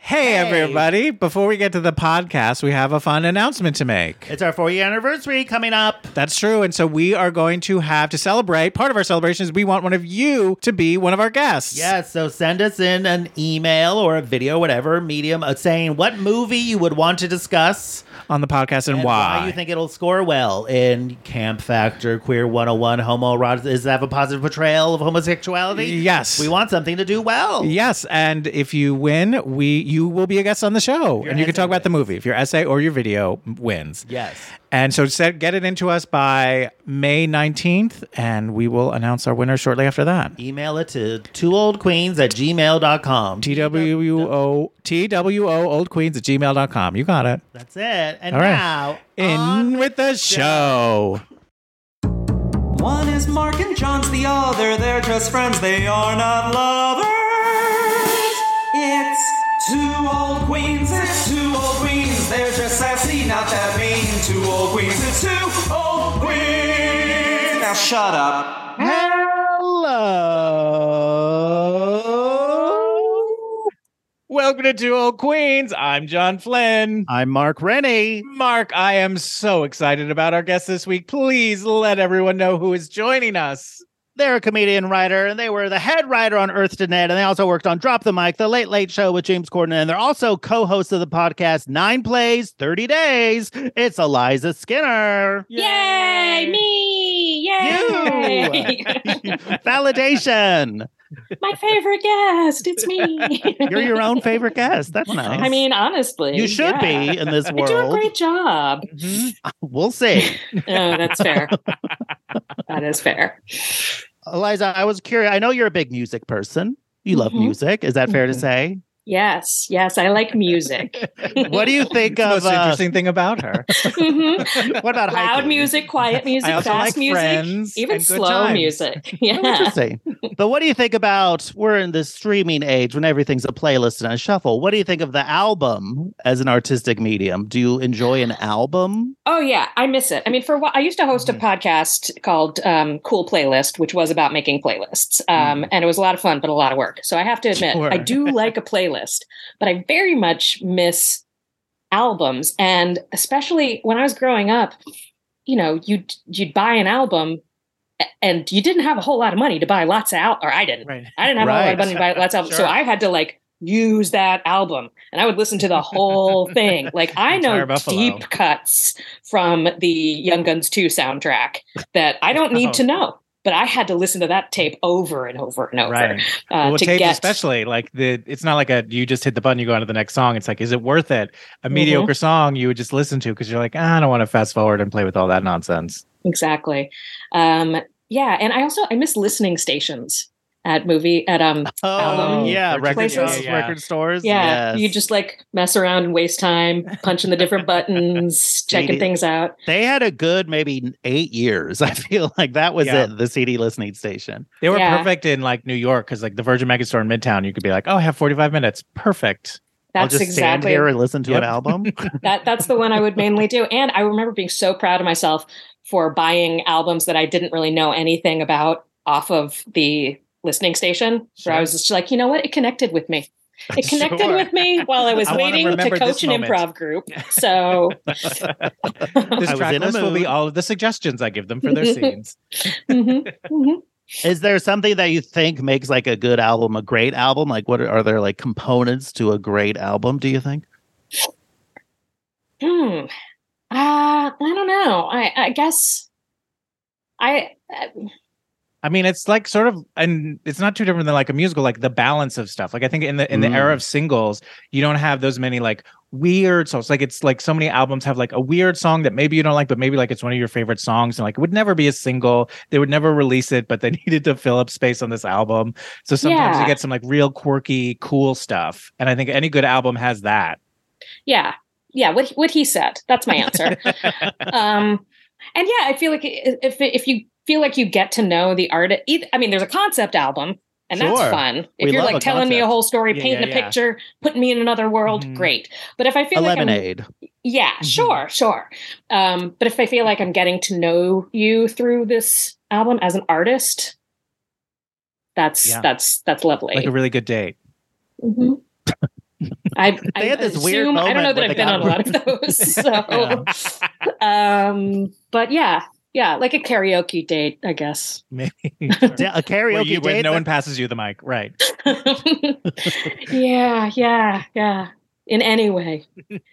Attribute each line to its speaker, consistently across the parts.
Speaker 1: Hey, everybody. Before we get to the podcast, we have a fun announcement to make.
Speaker 2: It's our four year anniversary coming up.
Speaker 1: That's true. And so we are going to have to celebrate. Part of our celebration is we want one of you to be one of our guests.
Speaker 2: Yes, so send us in an email or a video, whatever medium, uh, saying what movie you would want to discuss
Speaker 1: On the podcast and,
Speaker 2: and
Speaker 1: why.
Speaker 2: you think it'll score well in Camp Factor, Queer 101, Homo Erotic. Does that have a positive portrayal of homosexuality?
Speaker 1: Yes.
Speaker 2: We want something to do well.
Speaker 1: Yes, and if you win, we you will be a guest on the show, and you can
Speaker 2: essay
Speaker 1: talk about the
Speaker 2: wins.
Speaker 1: movie if your essay or your video wins.
Speaker 2: Yes.
Speaker 1: And so set, get it into us by May 19th, and we will announce our winner shortly after that.
Speaker 2: Email it to twooldqueens at gmail.com.
Speaker 1: TWO TWO Old Queens at gmail.com. You got it.
Speaker 2: That's it. And
Speaker 1: All right.
Speaker 2: now, on
Speaker 1: In with the show.
Speaker 3: One is Mark and John's the other. They're just friends, they are not lovers. It's two old queens, it's two old queens. They're just sassy, not that mean. Two old queens, it's two old queens. Now shut up.
Speaker 1: Hello. Welcome to Two Old Queens. I'm John Flynn.
Speaker 2: I'm Mark Rennie.
Speaker 1: Mark, I am so excited about our guest this week. Please let everyone know who is joining us.
Speaker 2: They're a comedian writer, and they were the head writer on Earth to Net, and they also worked on Drop the Mic, The Late Late Show with James Corden, and they're also co-hosts of the podcast Nine Plays, 30 Days. It's Eliza Skinner.
Speaker 4: Yay, me! Yay!
Speaker 2: You. Validation.
Speaker 4: My favorite guest. It's me.
Speaker 2: You're your own favorite guest. That's nice.
Speaker 4: I mean, honestly,
Speaker 2: you should
Speaker 4: yeah.
Speaker 2: be in this
Speaker 4: I do a
Speaker 2: world.
Speaker 4: great job.
Speaker 2: We'll see.
Speaker 4: Oh, that's fair. that is fair.
Speaker 2: Eliza, I was curious. I know you're a big music person. You love
Speaker 4: Mhm.
Speaker 2: music. Is that fair to
Speaker 4: Mhm.
Speaker 2: say?
Speaker 4: Yes, yes, I like music.
Speaker 2: What do you think
Speaker 1: Most
Speaker 2: of uh,
Speaker 1: interesting thing about her.
Speaker 4: Mhm.
Speaker 2: what about
Speaker 4: Loud
Speaker 2: hiking?
Speaker 4: music, quiet music,
Speaker 1: I also
Speaker 4: fast
Speaker 1: like
Speaker 4: music,
Speaker 1: Friends
Speaker 4: even
Speaker 1: and Good
Speaker 4: slow
Speaker 1: Times.
Speaker 4: music.
Speaker 2: Oh,
Speaker 4: Yeah.
Speaker 2: Interesting. but what do you think about we're in this streaming age when everything's a playlist and a shuffle? What do you think of the album as an artistic medium? Do you enjoy an album?
Speaker 4: Oh yeah, I miss it. I mean, for a while, I used to host a podcast called um, Cool Playlist, which was about making playlists, um, and it was a lot of fun, but a lot of work. So I have to admit,
Speaker 1: Sure.
Speaker 4: I do like a playlist, but I very much miss albums, and especially when I was growing up, you know, you'd you'd buy an album, a- and you didn't have a whole lot of money to buy lots of out, or I didn't.
Speaker 1: Right.
Speaker 4: I didn't have a whole lot of
Speaker 2: Right.
Speaker 4: money to buy lots of albums, so
Speaker 1: Sure.
Speaker 4: I had to like use that album and I would listen to the whole thing. Like I
Speaker 1: Entire
Speaker 4: know
Speaker 1: Buffalo.
Speaker 4: deep cuts from the Young Guns 2 soundtrack that I don't need
Speaker 2: Oh.
Speaker 4: to know, but I had to listen to that tape over and over and over uh,
Speaker 1: well,
Speaker 4: to
Speaker 1: tapes
Speaker 4: get
Speaker 1: especially like the it's not like a you just hit the button you go on to the next song it's like is it worth it a mediocre song you would just listen to because you're like "Ah, i don't want to fast forward and play with all that nonsense
Speaker 4: exactly. Um, yeah, and I also I miss listening stations. at movie at um
Speaker 2: Oh,
Speaker 4: Album
Speaker 2: yeah,
Speaker 1: record-
Speaker 2: record, yeah,
Speaker 4: places.
Speaker 2: yeah. record stores.
Speaker 4: yeah
Speaker 2: Yes.
Speaker 4: you just like mess around and waste time punching the different buttons checking
Speaker 2: CD.
Speaker 4: things out
Speaker 2: they had a good maybe eight years. I feel like that was
Speaker 1: Yeah.
Speaker 2: it. The CD listening station.
Speaker 1: They were
Speaker 4: Yeah.
Speaker 1: perfect in like New York because like the Virgin Mega Store in Midtown, you could be like, oh, I have 45 minutes. Perfect.
Speaker 4: that's
Speaker 2: I'll just stand
Speaker 4: exactly
Speaker 2: here and listen to
Speaker 1: Yep.
Speaker 2: an album.
Speaker 4: that that's the one I would mainly do. And I remember being so proud of myself for buying albums that I didn't really know anything about off of the listening station. Where I was just like, you know what? It connected with me. It connected
Speaker 1: Sure.
Speaker 4: with me while I was
Speaker 1: I wanna
Speaker 4: waiting to
Speaker 1: remember
Speaker 4: coach
Speaker 1: this
Speaker 4: an
Speaker 1: moment.
Speaker 4: improv group. So
Speaker 1: This
Speaker 2: I was
Speaker 1: track
Speaker 2: in a
Speaker 1: list will be
Speaker 2: mood.
Speaker 1: all of the suggestions I give them for their scenes.
Speaker 4: mhm, mhm.
Speaker 2: Is there something that you think makes like a good album a great album? Like, what are, are there like components to a great album? Do you think?
Speaker 4: Hmm. Uh, I don't know. I, I guess I
Speaker 1: I mean, it's like sort of, and it's not too different than like a musical, like the balance of stuff. Like I think in the in the
Speaker 2: Mm.
Speaker 1: era of singles, you don't have those many like weird songs. Like it's like so many albums have like a weird song that maybe you don't like, but maybe like it's one of your favorite songs, and like it would never be a single. They would never release it, but they needed to fill up space on this album. So sometimes
Speaker 4: Yeah.
Speaker 1: you get some like real quirky, cool stuff, and I think any good album has that.
Speaker 4: yeah yeah what what he said that's my answer um and yeah i feel like i- if if you feel like you get to know the artist i mean there's a concept album and
Speaker 2: Sure.
Speaker 4: that's fun if
Speaker 2: We
Speaker 4: you're
Speaker 2: love
Speaker 4: like
Speaker 2: a
Speaker 4: telling me a
Speaker 2: concept.
Speaker 4: whole story
Speaker 1: Yeah,
Speaker 4: painting
Speaker 1: yeah,
Speaker 4: a
Speaker 1: yeah.
Speaker 4: picture putting me in another world
Speaker 1: Mhm.
Speaker 4: great but if i feel
Speaker 2: A
Speaker 4: like I'm,
Speaker 2: lemonade.
Speaker 4: yeah
Speaker 1: Mhm.
Speaker 4: sure sure um but if i feel like i'm getting to know you through this album as an artist that's
Speaker 1: Yeah.
Speaker 4: that's that's lovely
Speaker 1: Like a really good date.
Speaker 4: Mhm. I, I
Speaker 2: had this weird
Speaker 4: assume- I don't know
Speaker 2: moment
Speaker 4: that
Speaker 2: where
Speaker 4: I've
Speaker 2: they
Speaker 4: been on a lot of those. So, um, but yeah, yeah, like a karaoke date, I guess.
Speaker 1: Maybe
Speaker 2: Da- a karaoke
Speaker 1: Where you-
Speaker 2: date
Speaker 1: when no
Speaker 2: that-
Speaker 1: one passes you the mic, right?
Speaker 4: yeah, yeah, yeah. In any way,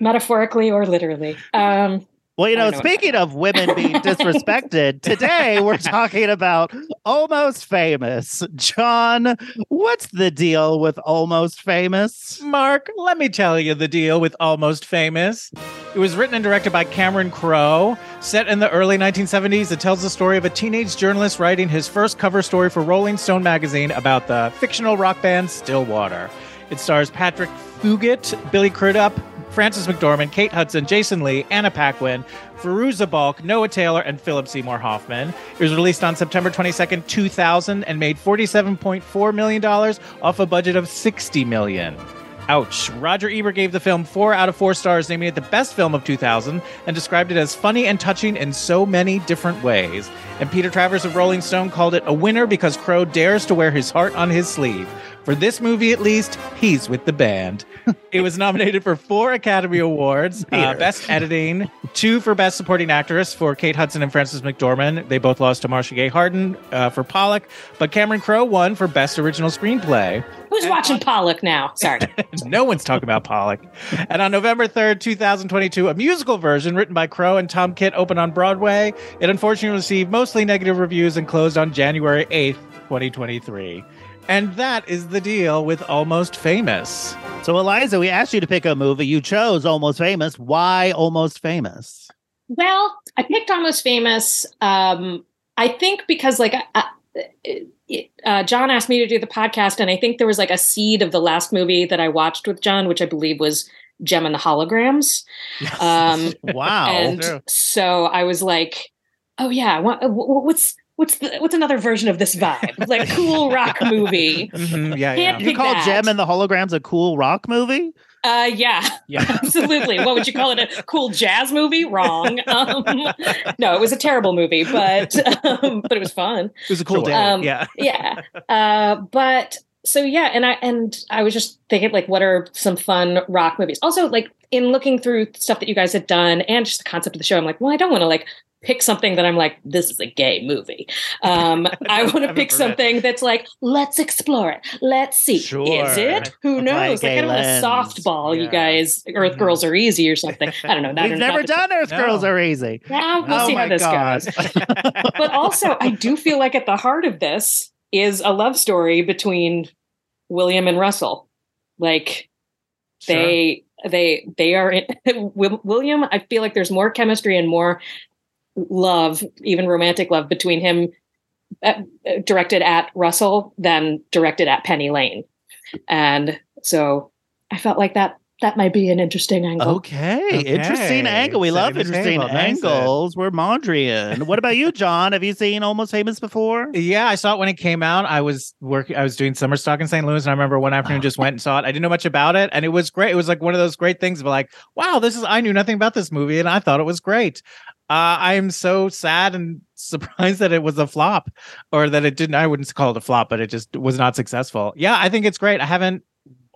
Speaker 4: metaphorically or literally. Um,
Speaker 2: Well, you
Speaker 4: I
Speaker 2: know,
Speaker 4: don't know what
Speaker 2: speaking of women being disrespected, today we're talking about Almost Famous. John, what's the deal with Almost Famous?
Speaker 1: Mark, let me tell you the deal with Almost Famous. It was written and directed by Cameron Crowe. Set in the early 1970s, it tells the story of a teenage journalist writing his first cover story for Rolling Stone magazine about the fictional rock band Stillwater. It stars Patrick Fugit, Billy Crudup, Francis McDormand, Kate Hudson, Jason Lee, Anna Paquin, Feruza Balk, Noah Taylor, and Philip Seymour Hoffman. It was released on September 22nd, 2000, and made $47.4 million off a budget of $60 million. Ouch. Roger Ebert gave the film four out of four stars, naming it the best film of 2000, and described it as funny and touching in so many different ways. And Peter Travers of Rolling Stone called it a winner because Crow dares to wear his heart on his sleeve. For this movie, at least, he's with the band. It was nominated for four Academy Awards uh, Best Editing, two for Best Supporting Actress for Kate Hudson and Frances McDormand. They both lost to Marcia Gay Harden uh, for Pollock, but Cameron Crowe won for Best Original Screenplay
Speaker 4: who's watching Pollock now? Sorry.
Speaker 1: no one's talking about Pollock. And on November 3rd, 2022, a musical version written by Crow and Tom Kitt opened on Broadway. It unfortunately received mostly negative reviews and closed on January 8th, 2023. And that is the deal with Almost Famous.
Speaker 2: So, Eliza, we asked you to pick a movie. You chose Almost Famous. Why Almost Famous?
Speaker 4: Well, I picked Almost Famous. Um, I think because like I, I, uh, John asked me to do the podcast, and I think there was like a seed of the last movie that I watched with John, which I believe was Gem and the Holograms. Um,
Speaker 2: Wow.
Speaker 4: and so I was like, oh yeah, I want- wh- wh- what's what's the, what's another version of this vibe? Like cool rock movie.
Speaker 1: Mhm, yeah,
Speaker 4: Can't
Speaker 1: yeah.
Speaker 2: you call
Speaker 4: that.
Speaker 2: Gem and the Holograms a cool rock movie?
Speaker 4: Uh, yeah.
Speaker 1: yeah.
Speaker 4: Absolutely. What would you call it? A cool jazz movie? Wrong. Um, no, it was a terrible movie, but um, but it was fun.
Speaker 1: It was a cool
Speaker 2: Sure.
Speaker 1: day.
Speaker 4: Um,
Speaker 1: yeah.
Speaker 4: Yeah. Uh, but so yeah, and I and I was just thinking like, what are some fun rock movies? Also, like in looking through stuff that you guys had done and just the concept of the show, I'm like, well, I don't want to like pick something that I'm like, this is a gay movie. Um, I want to
Speaker 1: haven't
Speaker 4: pick
Speaker 1: heard it.
Speaker 4: something that's like, let's explore it. Let's see. Is
Speaker 2: Sure.
Speaker 4: it? Who
Speaker 2: Apply a
Speaker 4: knows? Like,
Speaker 2: gay
Speaker 4: I don't want
Speaker 2: lens. Mm-hmm.
Speaker 4: to softball, you
Speaker 1: Yeah.
Speaker 4: guys. Earth
Speaker 1: Mhm.
Speaker 4: Girls Are Easy or something. I don't know. That
Speaker 2: We've
Speaker 4: or
Speaker 2: never
Speaker 4: not-
Speaker 2: done Earth
Speaker 1: No.
Speaker 2: Girls Are Easy.
Speaker 4: Well, we'll
Speaker 2: oh
Speaker 4: see
Speaker 2: my
Speaker 4: how this
Speaker 2: God.
Speaker 4: goes but also I do feel like at the heart of this is a love story between William and Russell. Like they they they are in, Wil- William I feel like there's more chemistry and more love, even romantic love between him uh, directed at Russell than directed at Penny Lane, and so I felt like that that might be an interesting angle.
Speaker 2: Okay.
Speaker 1: Okay.
Speaker 2: Interesting angle. We
Speaker 1: Setting
Speaker 2: love
Speaker 1: the
Speaker 2: interesting
Speaker 1: table. Nice.
Speaker 2: angles. We're Mondrian. What about you, John? Have you seen Almost Famous before?
Speaker 1: Yeah, I saw it when it came out. I was working, I was doing summer stock in St. Louis, and I remember one afternoon just went and saw it. I didn't know much about it, and it was great. It was like one of those great things of like, wow, this is, I knew nothing about this movie, and I thought it was great. Uh, I am so sad and surprised that it was a flop or that it didn't, I wouldn't call it a flop, but it just was not successful. Yeah, I think it's great. I haven't,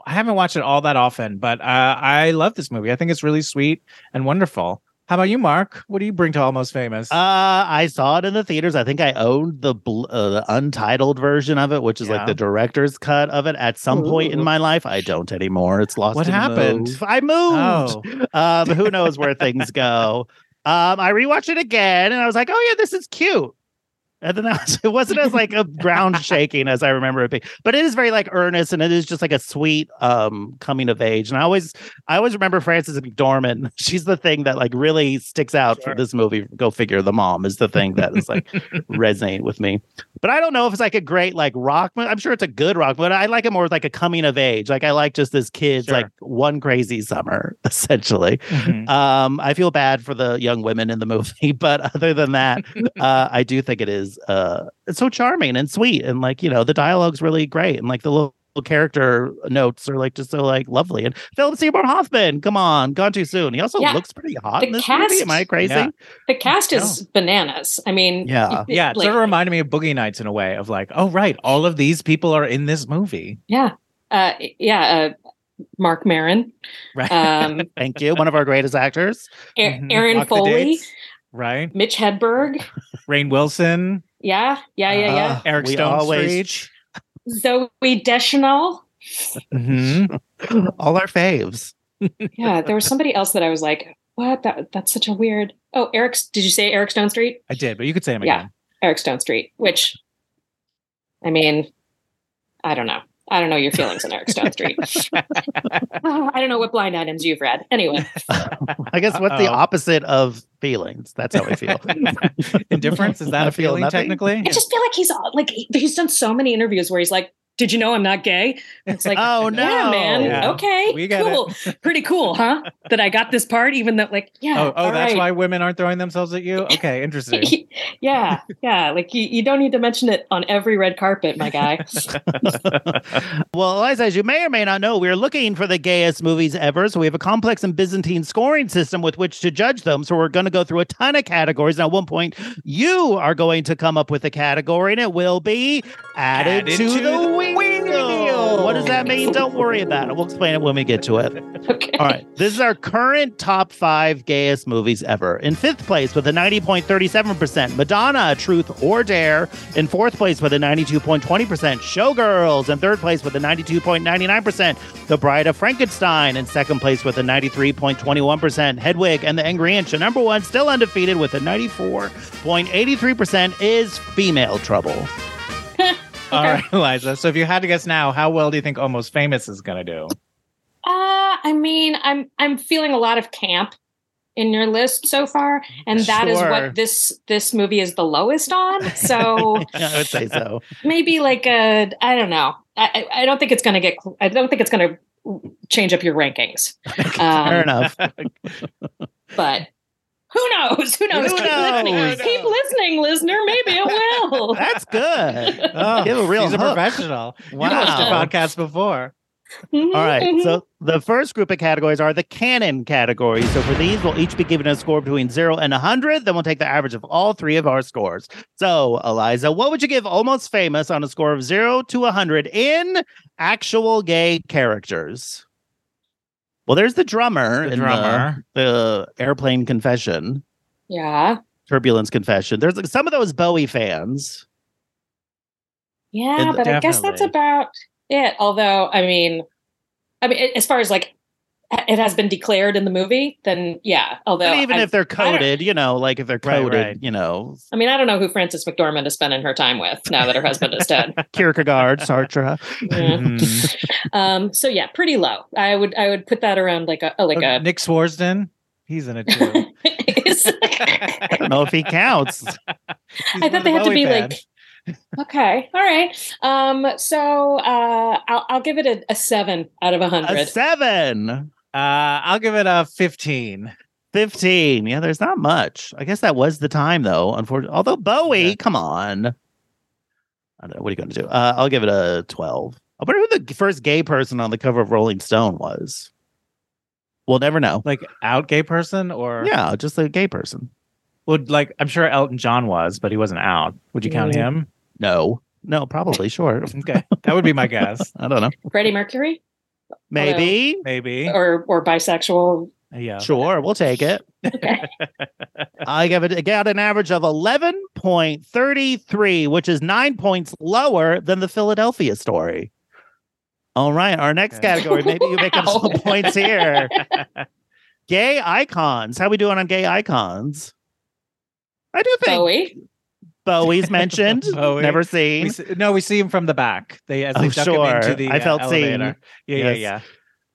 Speaker 1: I haven't watched it all that often, but uh, I love this movie. I think it's really sweet and wonderful. How about you, Mark? What do you bring to Almost Famous?
Speaker 2: Uh, I saw it in the theaters. I think I owned the bl- uh, the untitled version of it, which is
Speaker 1: Yeah.
Speaker 2: like the director's cut of it. At some point in
Speaker 4: Ooh.
Speaker 2: my life, I don't anymore. It's lost.
Speaker 1: What
Speaker 2: in the
Speaker 1: happened?
Speaker 2: move. I
Speaker 1: Oh.
Speaker 2: moved. Um, who knows where things go? Um, I rewatched it again, and I was like, "Oh yeah, this is cute." And then I was, it wasn't as like a ground shaking as I remember it being, but it is very like earnest, and it is just like a sweet um coming of age. And I always I always remember Frances McDormand. She's the thing that like really sticks out
Speaker 1: Sure.
Speaker 2: for this movie. Go figure. The mom is the thing that is like resonate with me. But I don't know if it's like a great like rock. Mo- I'm sure it's a good rock, but I like it more with like a coming of age. Like I like just this kid's
Speaker 1: Sure.
Speaker 2: like one crazy summer essentially.
Speaker 1: Mhm.
Speaker 2: Um, I feel bad for the young women in the movie, but other than that, uh, I do think it is uh, it's so charming and sweet, and like you know, the dialogue's really great, and like the little character notes are like just so like lovely. And Philip Seymour Hoffman, come on, gone too soon. He also
Speaker 4: Yeah.
Speaker 2: looks pretty hot
Speaker 4: The
Speaker 2: in this movie.
Speaker 4: cast-
Speaker 2: Am I crazy?
Speaker 1: Yeah.
Speaker 4: The cast is bananas. I mean,
Speaker 2: Yeah.
Speaker 4: it-
Speaker 1: yeah, it
Speaker 4: like,
Speaker 1: sort of reminded me of Boogie Nights in a way of like, oh right, all of these people are in this movie,
Speaker 4: yeah, uh, yeah. Uh, Mark Maron,
Speaker 1: right?
Speaker 4: um,
Speaker 2: Thank you, one of our greatest actors.
Speaker 4: A-
Speaker 1: Mhm.
Speaker 4: Aaron
Speaker 1: Lock the
Speaker 4: Foley,
Speaker 1: dates, right?
Speaker 4: Mitch Hedberg.
Speaker 1: Rain Wilson,
Speaker 4: Yeah, yeah, yeah, yeah.
Speaker 2: Uh,
Speaker 1: Eric
Speaker 2: we
Speaker 1: Stone
Speaker 2: always-
Speaker 1: Street.
Speaker 4: Zoe Deschanel.
Speaker 2: Mm-hmm.
Speaker 1: Mhm.
Speaker 2: All our faves.
Speaker 4: Yeah, there was somebody else that I was like, what? That that's such a weird. Oh, Eric's. Did you say Eric Stone Street?
Speaker 1: I did, but you could say him
Speaker 4: Yeah.
Speaker 1: again.
Speaker 4: Eric Stone Street, which I mean, I don't know. I don't know your feelings on Eric Stone Street. I don't know what blind items you've read. Anyway,
Speaker 2: I guess what's the
Speaker 1: Uh-oh.
Speaker 2: opposite of feelings? That's how I feel.
Speaker 1: Indifference is that
Speaker 2: I
Speaker 1: a
Speaker 2: feel
Speaker 1: feeling
Speaker 2: nothing.
Speaker 1: technically?
Speaker 4: I just feel like he's all- like he- he's done so many interviews where he's like, "Did you know I'm not gay?" It's like,
Speaker 2: Oh,
Speaker 4: yeah,
Speaker 2: no.
Speaker 4: man,
Speaker 1: Yeah.
Speaker 4: okay,
Speaker 1: We get it.
Speaker 4: cool, pretty cool, huh? That I got this part, even though, like, yeah,
Speaker 1: Oh, oh,
Speaker 4: all
Speaker 1: that's
Speaker 4: right.
Speaker 1: why women aren't throwing themselves at you. Okay, interesting.
Speaker 4: yeah, yeah. Like you, you don't need to mention it on every red carpet, my guy.
Speaker 2: well, Eliza, as you may or may not know, we are looking for the gayest movies ever. So we have a complex and Byzantine scoring system with which to judge them. So we're going to go through a ton of categories. And at one point, you are going to come up with a category, and it will be added,
Speaker 1: Added
Speaker 2: to,
Speaker 1: to
Speaker 2: the
Speaker 1: the
Speaker 2: wheel.
Speaker 1: wheel.
Speaker 2: What does that mean? Don't worry about it. We'll explain it when we get to it.
Speaker 4: okay.
Speaker 2: All right. This is our current top five gayest movies ever. In fifth place with a 90.37%, Madonna, Truth or Dare. In fourth place with a 92.20%, Showgirls. In third place with a 92.99%, The Bride of Frankenstein. In second place with a 93.21%, Hedwig and the Angry Inch. And number one, still undefeated with a 94.83%, is Female Trouble.
Speaker 1: All right, Eliza. So if you had to guess now, how well do you think Almost Famous is going to do?
Speaker 4: Uh, I mean, I'm I'm feeling a lot of camp in your list so far, and that is
Speaker 2: Sure.
Speaker 4: what this this movie is the lowest on. So
Speaker 2: I would say so.
Speaker 4: maybe like a I don't know. I, I I don't think it's gonna get. cl- I don't think it's gonna change up your rankings.
Speaker 2: Fair
Speaker 4: Um,
Speaker 2: enough.
Speaker 4: but who knows? Who knows?
Speaker 2: Who
Speaker 4: Keep
Speaker 2: knows?
Speaker 4: listening. Keep listening, listener. Maybe it will.
Speaker 2: That's good.
Speaker 1: Oh,
Speaker 2: Give a real
Speaker 1: she's a
Speaker 2: hook.
Speaker 1: professional. You've
Speaker 2: Wow.
Speaker 1: watched a podcast before.
Speaker 4: Mm-hmm.
Speaker 2: All right. So the first group of categories are the canon categories. So for these, we'll each be given a score between zero and 100. Then we'll take the average of all three of our scores. So, Eliza, what would you give Almost Famous on a score of zero to 100 in actual gay characters? Well, there's the drummer
Speaker 1: The
Speaker 2: in the-
Speaker 1: drummer.
Speaker 2: The, airplane confession,
Speaker 4: yeah,
Speaker 2: turbulence confession. There's like, some of those Bowie fans.
Speaker 4: yeah,
Speaker 2: It-
Speaker 4: but I guess that's
Speaker 1: definitely.
Speaker 4: about it. Although, I mean, I mean, as far as like it has been declared in the movie, then yeah. Although,
Speaker 2: But even
Speaker 4: I,
Speaker 2: if they're
Speaker 4: don't-
Speaker 2: coded, you know, like if they're
Speaker 1: Right,
Speaker 2: coded,
Speaker 1: right.
Speaker 2: you know,
Speaker 4: I mean, I don't know who Frances McDormand is spending her time with now that her husband is dead.
Speaker 2: Kierkegaard, Sartre.
Speaker 4: Yeah.
Speaker 1: Mhm.
Speaker 4: Um, so yeah, pretty low. I would I would put that around like a oh, like a.
Speaker 1: Nick Swarsden, he's in it too.
Speaker 4: It's-
Speaker 2: I don't know if he counts.
Speaker 1: He's
Speaker 4: I
Speaker 1: one of
Speaker 4: thought
Speaker 1: the
Speaker 4: they had to
Speaker 1: Bowie
Speaker 4: be
Speaker 1: fans.
Speaker 4: like Okay. All right. Um, so uh, I'll, I'll give it a, a seven out of a
Speaker 2: A
Speaker 4: hundred.
Speaker 2: seven.
Speaker 1: Uh, I'll give it a 15.
Speaker 2: 15. Yeah, there's not much. I guess that was the time, though, unfortunately. Although Bowie,
Speaker 1: Yeah.
Speaker 2: come on. I don't know. What are you going to do? Uh, I'll give it a 12. I wonder who the g- first gay person on the cover of Rolling Stone was. We'll never know.
Speaker 1: Like out gay person or
Speaker 2: Yeah, just a gay person.
Speaker 1: would like I'm sure Elton John was, but he wasn't out. Would you count
Speaker 4: Mm.
Speaker 1: him?
Speaker 2: No. No, probably, sure.
Speaker 1: Okay. That would be my guess.
Speaker 2: I don't know.
Speaker 4: Freddie Mercury
Speaker 2: Maybe.
Speaker 1: Maybe.
Speaker 4: or or bisexual.
Speaker 1: Yeah.
Speaker 2: Sure, we'll take it.
Speaker 4: Okay.
Speaker 2: I give it I got an average of 11.33, which is nine points lower than the Philadelphia story. All right, our next
Speaker 1: Okay.
Speaker 2: category. Maybe you make up
Speaker 4: Wow.
Speaker 2: some points here. gay icons. How we doing on gay icons? I do think
Speaker 4: Bowie.
Speaker 2: Bowie's mentioned.
Speaker 1: Bowie.
Speaker 2: Never
Speaker 1: We
Speaker 2: seen.
Speaker 1: see, no, we see him from the back. They as they
Speaker 2: Oh,
Speaker 1: duck
Speaker 2: sure.
Speaker 1: him into the
Speaker 2: I
Speaker 1: uh,
Speaker 2: felt seen.
Speaker 1: elevator. Yeah,
Speaker 2: Yes.
Speaker 1: yeah, yeah.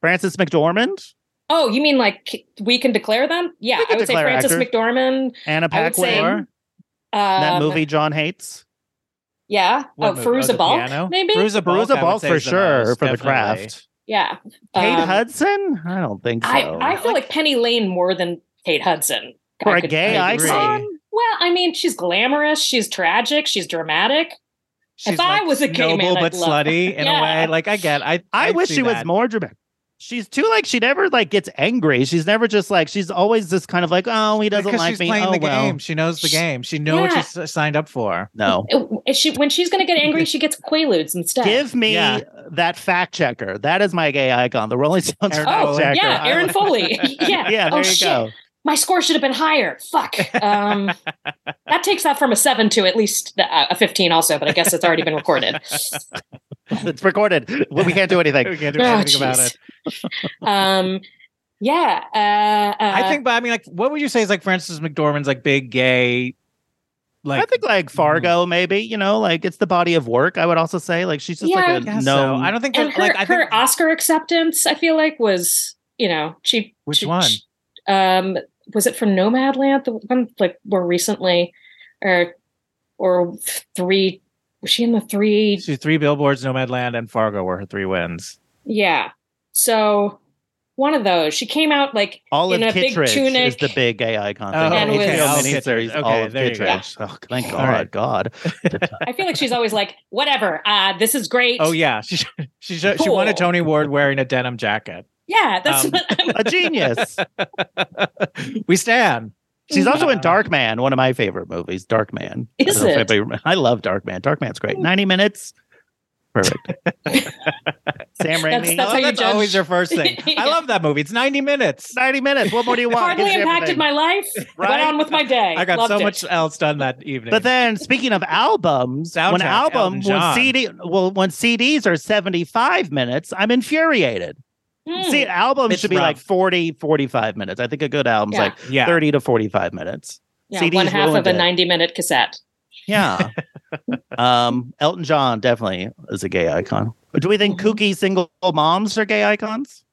Speaker 2: Francis McDormand,
Speaker 4: Oh, you mean like we can declare them? Yeah,
Speaker 2: We can
Speaker 4: I would say
Speaker 2: declare
Speaker 4: Francis
Speaker 2: actors.
Speaker 4: McDormand.
Speaker 2: Anna
Speaker 4: I would say,
Speaker 2: Paquin,
Speaker 4: Um,
Speaker 2: that movie John hates.
Speaker 4: Yeah.
Speaker 1: What
Speaker 4: oh,
Speaker 1: movie?
Speaker 4: Feruza
Speaker 1: the
Speaker 4: Balk,
Speaker 1: piano?
Speaker 4: maybe.
Speaker 1: Feruza Balk,
Speaker 2: Bruza
Speaker 1: I would
Speaker 2: Ball
Speaker 1: say,
Speaker 2: for
Speaker 1: is the
Speaker 2: sure
Speaker 1: most,
Speaker 2: for the
Speaker 1: definitely.
Speaker 2: craft.
Speaker 4: yeah.
Speaker 2: Kate
Speaker 4: Um,
Speaker 2: Hudson? I don't think so.
Speaker 4: I, I feel like Penny Lane more than Kate Hudson.
Speaker 2: for
Speaker 4: I
Speaker 2: a
Speaker 4: could-
Speaker 2: gay
Speaker 4: I could
Speaker 1: agree.
Speaker 4: say.
Speaker 2: icon.
Speaker 4: Well, I mean, she's glamorous, she's tragic, she's dramatic.
Speaker 1: She's
Speaker 4: If I
Speaker 1: like
Speaker 4: was a gay
Speaker 1: noble
Speaker 4: man, I'd
Speaker 1: but
Speaker 4: love her.
Speaker 1: slutty in a
Speaker 4: Yeah.
Speaker 1: way. Like I get. I
Speaker 2: I
Speaker 1: I'd
Speaker 2: wish
Speaker 1: see
Speaker 2: she was
Speaker 1: that.
Speaker 2: more dramatic. She's too like she never like gets angry. She's never just like she's always just kind of like oh he doesn't
Speaker 1: because
Speaker 2: like
Speaker 1: she's
Speaker 2: me.
Speaker 1: playing
Speaker 2: oh
Speaker 1: the
Speaker 2: well.
Speaker 1: game. She knows the game. She knew what
Speaker 4: Yeah.
Speaker 1: she s- signed up for.
Speaker 2: No.
Speaker 4: If she, when she's going to get angry, she gets Quaaludes instead.
Speaker 2: Give me
Speaker 1: Yeah.
Speaker 2: that fact checker. That is my gay icon. The Rolling Stones
Speaker 1: Aaron
Speaker 2: fact
Speaker 4: oh,
Speaker 1: Foley.
Speaker 2: checker.
Speaker 4: yeah,
Speaker 2: I
Speaker 4: Aaron
Speaker 2: like-
Speaker 4: Foley. yeah.
Speaker 2: yeah, there
Speaker 4: oh,
Speaker 2: you
Speaker 4: shit.
Speaker 2: go.
Speaker 4: My score should have been higher. Fuck. Um, that takes that from a seven to at least the, uh, a 15 also, but I guess it's already been recorded.
Speaker 2: It's recorded. Well, we can't do anything.
Speaker 1: We can't do
Speaker 4: Oh,
Speaker 1: anything about
Speaker 4: jeez.
Speaker 1: it.
Speaker 4: um, yeah. Uh, uh,
Speaker 1: I think, but I mean, like, what would you say is like Francis McDormand's like big gay? Like, mm-hmm.
Speaker 2: I think like Fargo, maybe you know, like it's the body of work. I would also say like she's just
Speaker 4: Yeah, I
Speaker 2: like a no.
Speaker 1: guess so. I don't think
Speaker 4: and
Speaker 1: that,
Speaker 4: her,
Speaker 1: like I
Speaker 4: her
Speaker 1: think
Speaker 4: Oscar acceptance, I feel like, was you know she
Speaker 1: Which
Speaker 4: she-
Speaker 1: one?
Speaker 4: she- um, was it from Nomadland? The one like more recently, or or three? Was she in the three?
Speaker 1: she's three billboards, Nomadland, and Fargo were her three wins.
Speaker 4: Yeah. So one of those. She came out like
Speaker 2: Olive
Speaker 4: in a big
Speaker 2: Kittredge is
Speaker 4: tunic.
Speaker 2: the big gay icon.
Speaker 1: Oh,
Speaker 2: Thank
Speaker 4: And
Speaker 2: you.
Speaker 4: was-
Speaker 2: HBO
Speaker 4: Olive
Speaker 2: miniseries,
Speaker 1: Kittredge. Okay,
Speaker 2: Olive
Speaker 1: there you go.
Speaker 2: Kittredge. Oh, thank
Speaker 1: All right.
Speaker 2: God, God.
Speaker 4: I feel like she's always like whatever. Uh, this is great.
Speaker 1: Oh yeah, she sh- she sh- she won a
Speaker 4: Cool.
Speaker 1: Tony Award wearing a denim jacket.
Speaker 4: yeah. That's
Speaker 1: Um,
Speaker 4: what I'm,
Speaker 2: A genius.
Speaker 1: we stand.
Speaker 2: She's also in
Speaker 1: Yeah.
Speaker 2: Dark Man, one of my favorite movies. Dark Man. I
Speaker 4: Is
Speaker 2: don't know if
Speaker 4: it?
Speaker 2: anybody rem- I love Dark Man. Dark Man's great. 90 minutes. Perfect. Sam
Speaker 4: That's-
Speaker 2: Raimi.
Speaker 4: that's
Speaker 1: oh,
Speaker 4: how you
Speaker 1: that's
Speaker 4: judge-
Speaker 1: always your first thing. I
Speaker 4: Yeah.
Speaker 1: love that movie. It's ninety minutes.
Speaker 2: 90 minutes. What more do you want?
Speaker 4: hardly
Speaker 2: Gives you
Speaker 4: impacted
Speaker 2: everything.
Speaker 4: my life.
Speaker 2: Right?
Speaker 4: Went on with my day.
Speaker 1: I got
Speaker 4: Loved
Speaker 1: so
Speaker 4: it.
Speaker 1: much else done that evening.
Speaker 2: But then, speaking of albums,
Speaker 1: Soundtrack,
Speaker 2: when
Speaker 1: Elton
Speaker 2: album, when
Speaker 1: John.
Speaker 2: CD, well, when CDs are 75 minutes, I'm infuriated.
Speaker 4: Hmm.
Speaker 2: See, albums
Speaker 1: It's
Speaker 2: should be like
Speaker 1: rough.
Speaker 2: 40, 45 minutes. I think a good album's
Speaker 4: Yeah.
Speaker 2: like
Speaker 1: yeah,
Speaker 2: 30 to 45 minutes.
Speaker 4: Yeah,
Speaker 2: CDs
Speaker 4: one half
Speaker 2: ruined
Speaker 4: of a
Speaker 2: it.
Speaker 4: 90 minute cassette.
Speaker 2: Yeah. um, Elton John definitely is a gay icon. Do we think
Speaker 4: Mhm.
Speaker 2: kooky single moms are gay icons?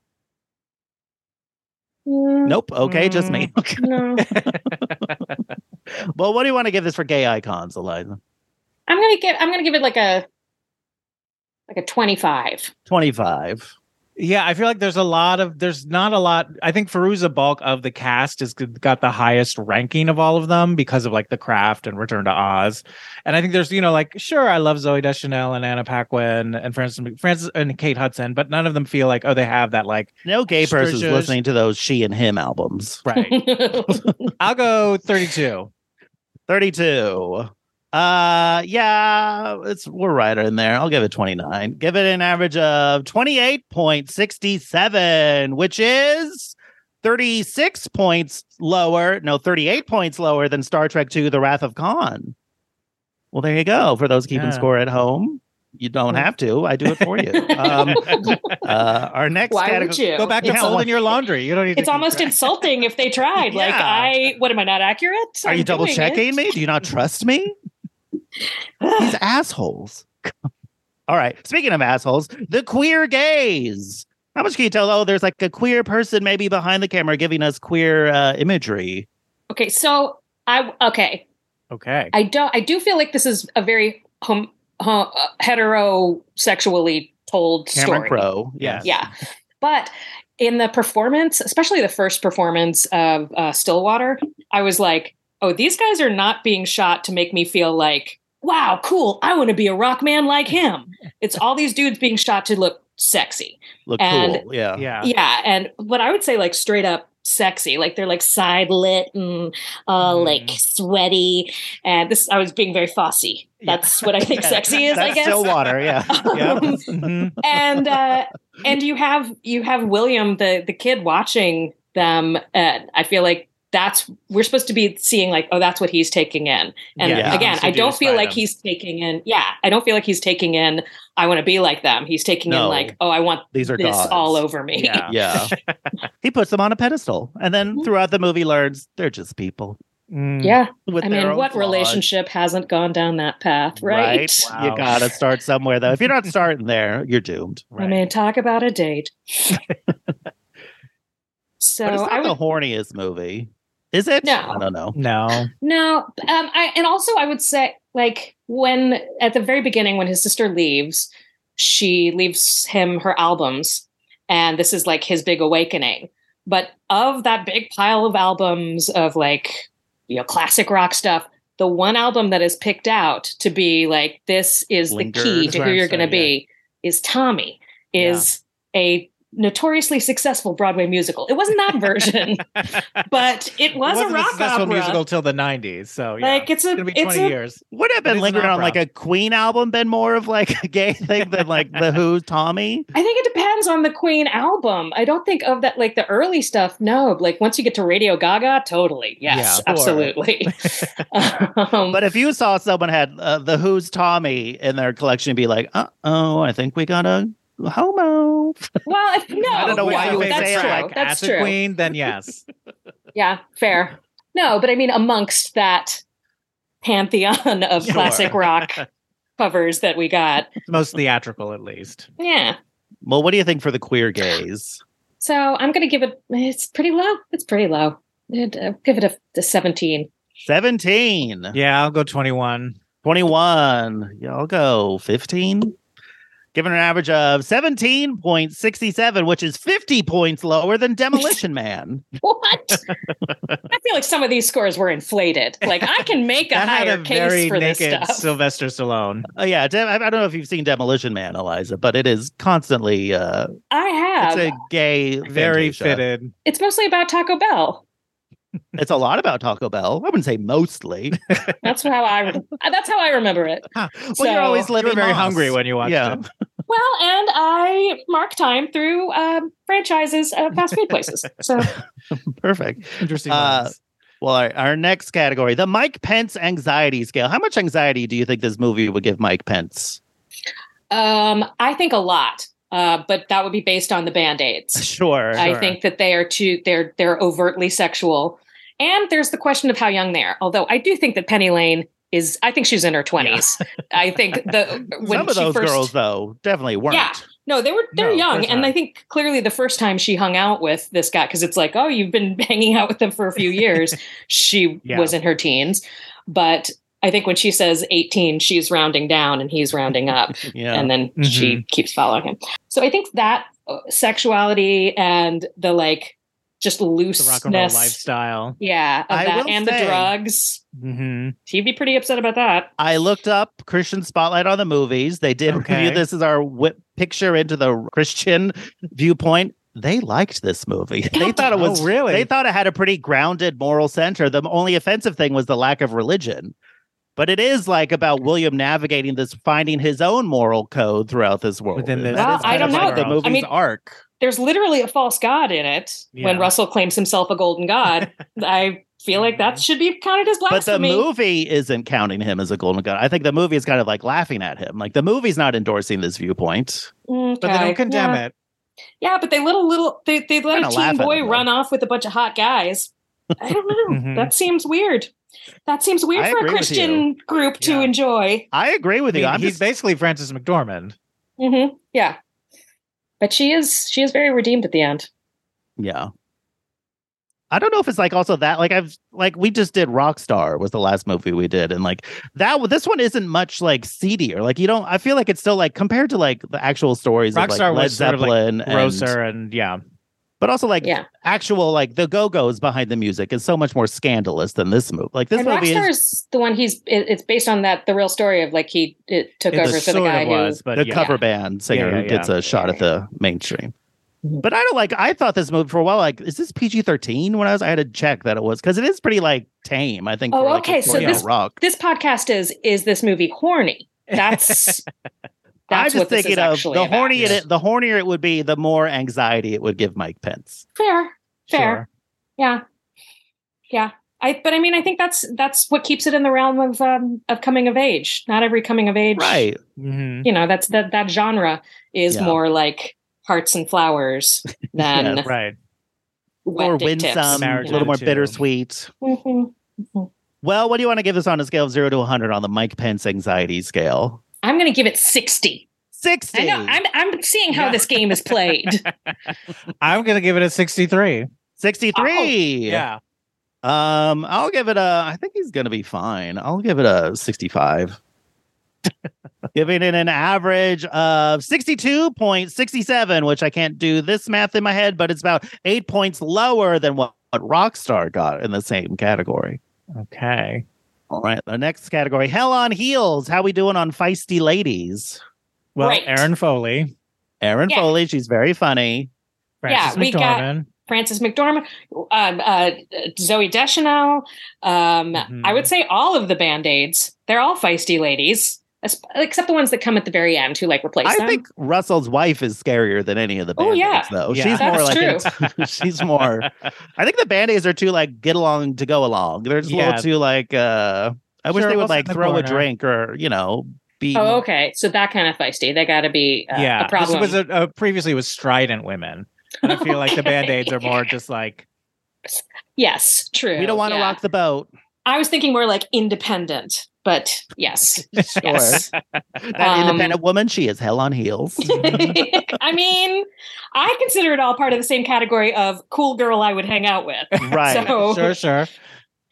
Speaker 2: Nope. Okay, just me. Okay.
Speaker 4: Mm, No.
Speaker 2: Well, what do you want to give this for gay icons, Eliza?
Speaker 4: I'm gonna give I'm gonna give it like a like a 25.
Speaker 2: 25.
Speaker 1: yeah. I feel like there's a lot of there's not a lot. I think Feruza Balk of the cast has got the highest ranking of all of them because of like The Craft and Return to Oz, and I think there's you know like sure I love Zoe Deschanel and Anna Paquin and Francis Francis and Kate Hudson, but none of them feel like oh they have that like
Speaker 2: No gay
Speaker 1: Sure,
Speaker 2: person's
Speaker 1: Judge.
Speaker 2: listening to those she and him albums.
Speaker 1: right. I'll go thirty two.
Speaker 2: 32. Uh yeah, it's we're right in there. I'll give it 29. Give it an average of 28.67, which is 36 points lower, no, 38 points lower than Star Trek II: The Wrath of Khan. Well, there you go. For those keeping
Speaker 1: Yeah.
Speaker 2: score at home, you don't have to. I do it for you. Um, uh, our next
Speaker 4: Why
Speaker 2: category.
Speaker 4: would you?
Speaker 1: Go back to
Speaker 2: Yeah,
Speaker 1: folding
Speaker 2: what-
Speaker 1: your laundry. You don't need. to
Speaker 4: It's
Speaker 1: keep
Speaker 4: almost
Speaker 1: track.
Speaker 4: insulting if they tried. Like
Speaker 2: Yeah.
Speaker 4: I what am I not accurate?
Speaker 2: Are
Speaker 4: I'm
Speaker 2: you double
Speaker 4: doing
Speaker 2: checking
Speaker 4: it.
Speaker 2: me? Do you not trust me? These assholes. All right. Speaking of assholes, the queer gaze. How much can you tell? Oh, there's like a queer person maybe behind the camera giving us queer uh, imagery.
Speaker 4: Okay, so I okay.
Speaker 1: Okay.
Speaker 4: I don't I do feel like this is a very hom- ho- uh, heterosexually told
Speaker 2: Cameron
Speaker 4: story.
Speaker 2: Crowe.
Speaker 1: Yes.
Speaker 4: Yeah. But in the performance, especially the first performance of uh, Stillwater, I was like, oh, these guys are not being shot to make me feel like, wow, cool. I want to be a rock man like him. it's all these dudes being shot to look sexy.
Speaker 2: Look
Speaker 4: And-
Speaker 2: cool. Yeah.
Speaker 1: Yeah.
Speaker 4: Yeah. And but I would say like straight up sexy. Like they're like side lit and uh
Speaker 1: Mm.
Speaker 4: like sweaty. And this I was being very fussy.
Speaker 1: Yeah.
Speaker 4: That's what I think sexy is, I
Speaker 2: That's
Speaker 4: guess.
Speaker 2: still water. Yeah. Mm-hmm.
Speaker 1: Yeah.
Speaker 4: and uh, and you have you have William the the kid watching them. And I feel like that's we're supposed to be seeing like oh that's what he's taking in. And
Speaker 2: Yeah.
Speaker 4: again,
Speaker 1: Seduced
Speaker 4: I don't feel
Speaker 1: by
Speaker 4: like
Speaker 1: them.
Speaker 4: he's taking in. Yeah, I don't feel like he's taking in. I want to be like them. He's taking
Speaker 2: No.
Speaker 4: in like oh I want
Speaker 2: These are
Speaker 4: this
Speaker 2: gods.
Speaker 4: all over Mm-hmm. me.
Speaker 1: Yeah.
Speaker 2: Yeah. he puts them on a pedestal and then throughout the movie learns they're just people.
Speaker 1: Mm.
Speaker 4: Yeah.
Speaker 2: With
Speaker 4: I
Speaker 2: their
Speaker 4: mean,
Speaker 2: own
Speaker 4: what
Speaker 2: flaws.
Speaker 4: relationship hasn't gone down that path, right?
Speaker 1: Wow.
Speaker 2: You gotta start somewhere though. If you're not starting there, you're doomed.
Speaker 1: Right.
Speaker 4: I mean, talk about a date. so
Speaker 2: but it's not
Speaker 4: I
Speaker 2: the
Speaker 4: would
Speaker 2: horniest movie. Is it?
Speaker 4: No.
Speaker 2: I don't know.
Speaker 1: no.
Speaker 4: No, um, I, and also I would say like when at the very beginning when his sister leaves, she leaves him her albums, and this is like his big awakening. But of that big pile of albums of like you know classic rock stuff, the one album that is picked out to be like this is
Speaker 2: Linger,
Speaker 4: the key
Speaker 1: that's
Speaker 4: to
Speaker 1: what
Speaker 4: who
Speaker 1: I'm
Speaker 4: you're going to
Speaker 1: saying,
Speaker 4: be is Tommy is a notoriously successful Broadway musical. It wasn't that version, but it was
Speaker 1: wasn't
Speaker 4: a rock
Speaker 1: successful
Speaker 4: opera.
Speaker 1: musical till the 90s. So, yeah.
Speaker 4: Like it's a
Speaker 1: it's going to be
Speaker 4: it's
Speaker 1: 20
Speaker 4: a
Speaker 1: years.
Speaker 2: Would have
Speaker 1: But
Speaker 2: been
Speaker 1: it's an
Speaker 2: lingering on
Speaker 1: opera.
Speaker 2: like a Queen album, been more of like a gay thing than like the Who, Tommy.
Speaker 4: I think it depends on the Queen album. I don't think of that like the early stuff. No, like once you get to Radio Gaga, totally. Yes,
Speaker 2: Yeah, or-
Speaker 4: absolutely. um,
Speaker 2: But if you saw someone had uh, the Who's Tommy in their collection, you'd be like, uh oh, I think we got a homo.
Speaker 4: well, if, no,
Speaker 1: I don't know why
Speaker 4: yeah,
Speaker 1: you would
Speaker 4: that's
Speaker 1: say
Speaker 4: true.
Speaker 1: it like
Speaker 4: that's
Speaker 1: acid
Speaker 4: true.
Speaker 1: queen, then yes.
Speaker 4: Yeah, fair. No, but I mean amongst that pantheon of
Speaker 1: Sure.
Speaker 4: classic rock covers that we got.
Speaker 1: It's most theatrical, at least.
Speaker 4: Yeah.
Speaker 2: Well, what do you think for the queer gays?
Speaker 4: So I'm going to give it, it's pretty low. It's pretty low. I'd, uh, give it a, a 17.
Speaker 2: 17,
Speaker 1: Yeah, I'll go 21.
Speaker 2: 21, y'all go 15. Given an average of 17.67, which is 50 points lower than Demolition Man.
Speaker 4: What? I feel like some of these scores were inflated. Like I can make a
Speaker 1: that
Speaker 4: higher
Speaker 1: had a
Speaker 4: case
Speaker 1: very
Speaker 4: for this
Speaker 1: naked
Speaker 4: stuff.
Speaker 1: Sylvester Stallone.
Speaker 2: Oh, yeah. Dem- I I don't know if you've seen Demolition Man, Eliza, but it is constantly, uh,
Speaker 4: I
Speaker 2: it's a
Speaker 4: have.
Speaker 2: gay,
Speaker 1: Very
Speaker 2: fantasia.
Speaker 1: fitted.
Speaker 4: It's mostly about Taco Bell.
Speaker 2: It's a lot about Taco Bell. I wouldn't say mostly.
Speaker 4: That's how I. Re- that's how I remember it.
Speaker 1: Huh.
Speaker 2: Well,
Speaker 4: So-
Speaker 2: you're always
Speaker 1: You
Speaker 2: living
Speaker 1: were very hungry when you watched
Speaker 2: Yeah.
Speaker 1: it.
Speaker 4: Well, and I mark time through um, franchises of fast food places. So
Speaker 2: Perfect.
Speaker 1: Interesting.
Speaker 2: Uh,
Speaker 1: ones.
Speaker 2: Well, our, our next category, the Mike Pence anxiety scale. How much anxiety do you think this movie would give Mike Pence?
Speaker 4: um, I think a lot, uh, but that would be based on the band aids.
Speaker 2: Sure.
Speaker 4: I
Speaker 1: sure.
Speaker 4: think that they are too. They're they're overtly sexual, and there's the question of how young they are. Although I do think that Penny Lane is. I think she's in her twenties. I think the when
Speaker 2: Some of
Speaker 4: she
Speaker 2: those
Speaker 4: first,
Speaker 2: girls, though, definitely weren't.
Speaker 4: Yeah. No, they were they're
Speaker 1: No, of
Speaker 4: young,
Speaker 1: course
Speaker 4: and
Speaker 1: not.
Speaker 4: I think clearly the first time she hung out with this guy, because it's like, oh, you've been hanging out with them for a few years. she
Speaker 1: Yeah.
Speaker 4: was in her teens, but I think when she says eighteen, she's rounding down and he's rounding up,
Speaker 2: Yeah.
Speaker 4: and then she keeps following him. So I think that uh, sexuality and the like, just
Speaker 1: the rock and roll
Speaker 4: looseness,
Speaker 1: lifestyle.
Speaker 4: yeah, of
Speaker 2: I
Speaker 4: that,
Speaker 2: will
Speaker 4: and
Speaker 2: say-
Speaker 4: the drugs.
Speaker 1: Mm-hmm.
Speaker 4: He'd be pretty upset about that.
Speaker 2: I looked up Christian Spotlight on the movies. They did
Speaker 1: Okay.
Speaker 2: review this as our whip picture into the Christian viewpoint. They liked this movie. They thought it
Speaker 1: Oh,
Speaker 2: was
Speaker 1: really?
Speaker 2: They thought it had a pretty grounded moral center. The only offensive thing was the lack of religion. But it is like about William navigating this, finding his own moral code throughout this world.
Speaker 1: Within this-
Speaker 2: That
Speaker 4: Well,
Speaker 2: is
Speaker 4: I
Speaker 2: kind
Speaker 4: don't
Speaker 2: of
Speaker 4: know.
Speaker 2: like the
Speaker 1: I
Speaker 2: movie's
Speaker 4: mean-
Speaker 2: arc.
Speaker 4: there's literally a false god in it when
Speaker 1: Yeah.
Speaker 4: Russell claims himself a golden god. I feel like that should be counted as
Speaker 2: Mm-hmm. But the
Speaker 4: blasphemy.
Speaker 2: movie isn't counting him as a golden god. I think the movie is kind of like laughing at him. Like the movie's not endorsing this viewpoint.
Speaker 1: But they don't condemn
Speaker 4: yeah.
Speaker 1: it.
Speaker 4: Yeah, but they little little they they let
Speaker 2: Kinda
Speaker 4: a
Speaker 2: laugh
Speaker 4: teen
Speaker 2: at
Speaker 4: boy
Speaker 2: them, though. Mm-hmm.
Speaker 4: run off with a bunch of hot guys. I don't know.
Speaker 1: Mhm.
Speaker 4: That seems weird. That seems weird
Speaker 2: I
Speaker 4: for a
Speaker 2: agree with
Speaker 4: Christian group to
Speaker 1: Yeah.
Speaker 4: enjoy.
Speaker 2: I agree
Speaker 1: I
Speaker 2: with
Speaker 1: mean,
Speaker 2: you. I'm
Speaker 1: he's
Speaker 2: just
Speaker 1: basically Francis McDormand.
Speaker 4: hmm Yeah, but she is she is very redeemed at the end.
Speaker 2: Yeah. I don't know if it's like also that like I've like we just did Rockstar was the last movie we did and like that one- this one isn't much like seedier like you don't I feel like it's still like compared to like the actual stories
Speaker 1: Rockstar
Speaker 2: of like Led
Speaker 1: was sort of, like,
Speaker 2: Zeppelin and-
Speaker 1: Grosser and yeah.
Speaker 2: but also like
Speaker 4: Yeah.
Speaker 2: actual like the Go Go's behind the music is so much more scandalous than this movie like this
Speaker 4: and
Speaker 2: movie
Speaker 4: Rockstar
Speaker 2: is
Speaker 4: is, the one he's. It, it's based on that the real story of like he it took
Speaker 1: It
Speaker 4: over for the
Speaker 1: sort
Speaker 4: guy
Speaker 1: of
Speaker 4: who.
Speaker 1: was, but
Speaker 2: the
Speaker 1: yeah.
Speaker 2: cover band singer
Speaker 1: Yeah, yeah,
Speaker 2: who gets
Speaker 1: yeah.
Speaker 2: a shot at the mainstream.
Speaker 4: Mm-hmm.
Speaker 2: But I don't like. I thought this movie for a while. Like, is this PG thirteen? When I was, I had to check that it was because it is pretty like tame. I think.
Speaker 4: Oh,
Speaker 2: for, like,
Speaker 4: okay,
Speaker 2: a
Speaker 4: so
Speaker 2: Florida
Speaker 1: this-
Speaker 2: rock.
Speaker 4: This podcast is is this movie horny? That's.
Speaker 2: I'm
Speaker 4: that's
Speaker 2: just
Speaker 4: what this
Speaker 2: thinking
Speaker 4: is
Speaker 2: of
Speaker 4: actually
Speaker 2: the
Speaker 4: about.
Speaker 2: hornier it, the hornier it would be, the more anxiety it would give Mike Pence.
Speaker 4: Fair, fair.
Speaker 2: Sure.
Speaker 4: Yeah. Yeah. I but I mean I think that's that's what keeps it in the realm of um, of coming of age. Not every coming of age.
Speaker 2: Right.
Speaker 1: Mhm.
Speaker 4: You know, that's that that genre is
Speaker 2: Yeah.
Speaker 4: more like hearts and flowers than
Speaker 2: Yes.
Speaker 1: Right.
Speaker 4: wet
Speaker 2: or
Speaker 4: dick tips,
Speaker 2: winsome, a
Speaker 1: Marriage
Speaker 2: little more
Speaker 1: Attitude.
Speaker 2: bittersweet.
Speaker 4: Mhm.
Speaker 2: Well, what do you want to give us on a scale of zero to 100 on the Mike Pence anxiety scale?
Speaker 4: I'm going to give it 60.
Speaker 2: 60.
Speaker 4: I know I'm I'm seeing how
Speaker 1: Yeah.
Speaker 4: this game is played.
Speaker 1: I'm gonna give it a 63.
Speaker 4: Oh,
Speaker 2: 63.
Speaker 1: Yeah.
Speaker 2: Um, I'll give it a. I think he's gonna be fine. I'll give it a sixty-five. Giving it an average of sixty-two point sixty-seven, which I can't do this math in my head, but it's about eight points lower than what, what Rockstar got in the same category.
Speaker 1: Okay.
Speaker 2: All right, the next category: Hell on Heels. How we doing on feisty ladies?
Speaker 1: Well,
Speaker 4: Right.
Speaker 1: Aaron Foley,
Speaker 2: Erin
Speaker 4: Yeah.
Speaker 2: Foley, she's very funny.
Speaker 1: Francis
Speaker 4: we got-
Speaker 1: McDormand.
Speaker 4: Francis McDormand, um, uh, Zoe Deschanel. Um,
Speaker 1: Mhm.
Speaker 2: Mm-hmm.
Speaker 4: I would say all of the band aids. They're all feisty ladies, es- except the ones that come at the very end who like replace
Speaker 2: I
Speaker 4: them.
Speaker 2: think Russell's wife is scarier than any of the
Speaker 4: Oh,
Speaker 2: band-aids,
Speaker 4: yeah.
Speaker 2: though.
Speaker 1: Yeah.
Speaker 2: She's
Speaker 4: That's
Speaker 2: more like
Speaker 4: true.
Speaker 2: it's- she's more I think the band-aids are too like get along to go along. They're just a
Speaker 1: Yeah.
Speaker 2: little too like uh I wish
Speaker 1: Sure,
Speaker 2: they
Speaker 1: what's
Speaker 2: would
Speaker 1: in
Speaker 2: like
Speaker 1: the
Speaker 2: throw a
Speaker 1: corner?
Speaker 2: drink or, you know, be
Speaker 4: Oh, okay. So that kind of feisty. They got to be uh,
Speaker 1: yeah.
Speaker 4: a problem.
Speaker 1: This was a, a previously was strident women. And I feel like the
Speaker 4: Okay.
Speaker 1: band-aids are more just like
Speaker 4: yes, true.
Speaker 2: we don't want to
Speaker 4: yeah.
Speaker 2: rock the boat.
Speaker 4: I was thinking more like independent, but yes,
Speaker 2: Sure.
Speaker 4: yes.
Speaker 2: That
Speaker 4: Um,
Speaker 2: independent woman, she is hell on heels.
Speaker 4: I mean, I consider it all part of the same category of cool girl I would hang out with.
Speaker 2: right.
Speaker 4: So
Speaker 1: sure, sure.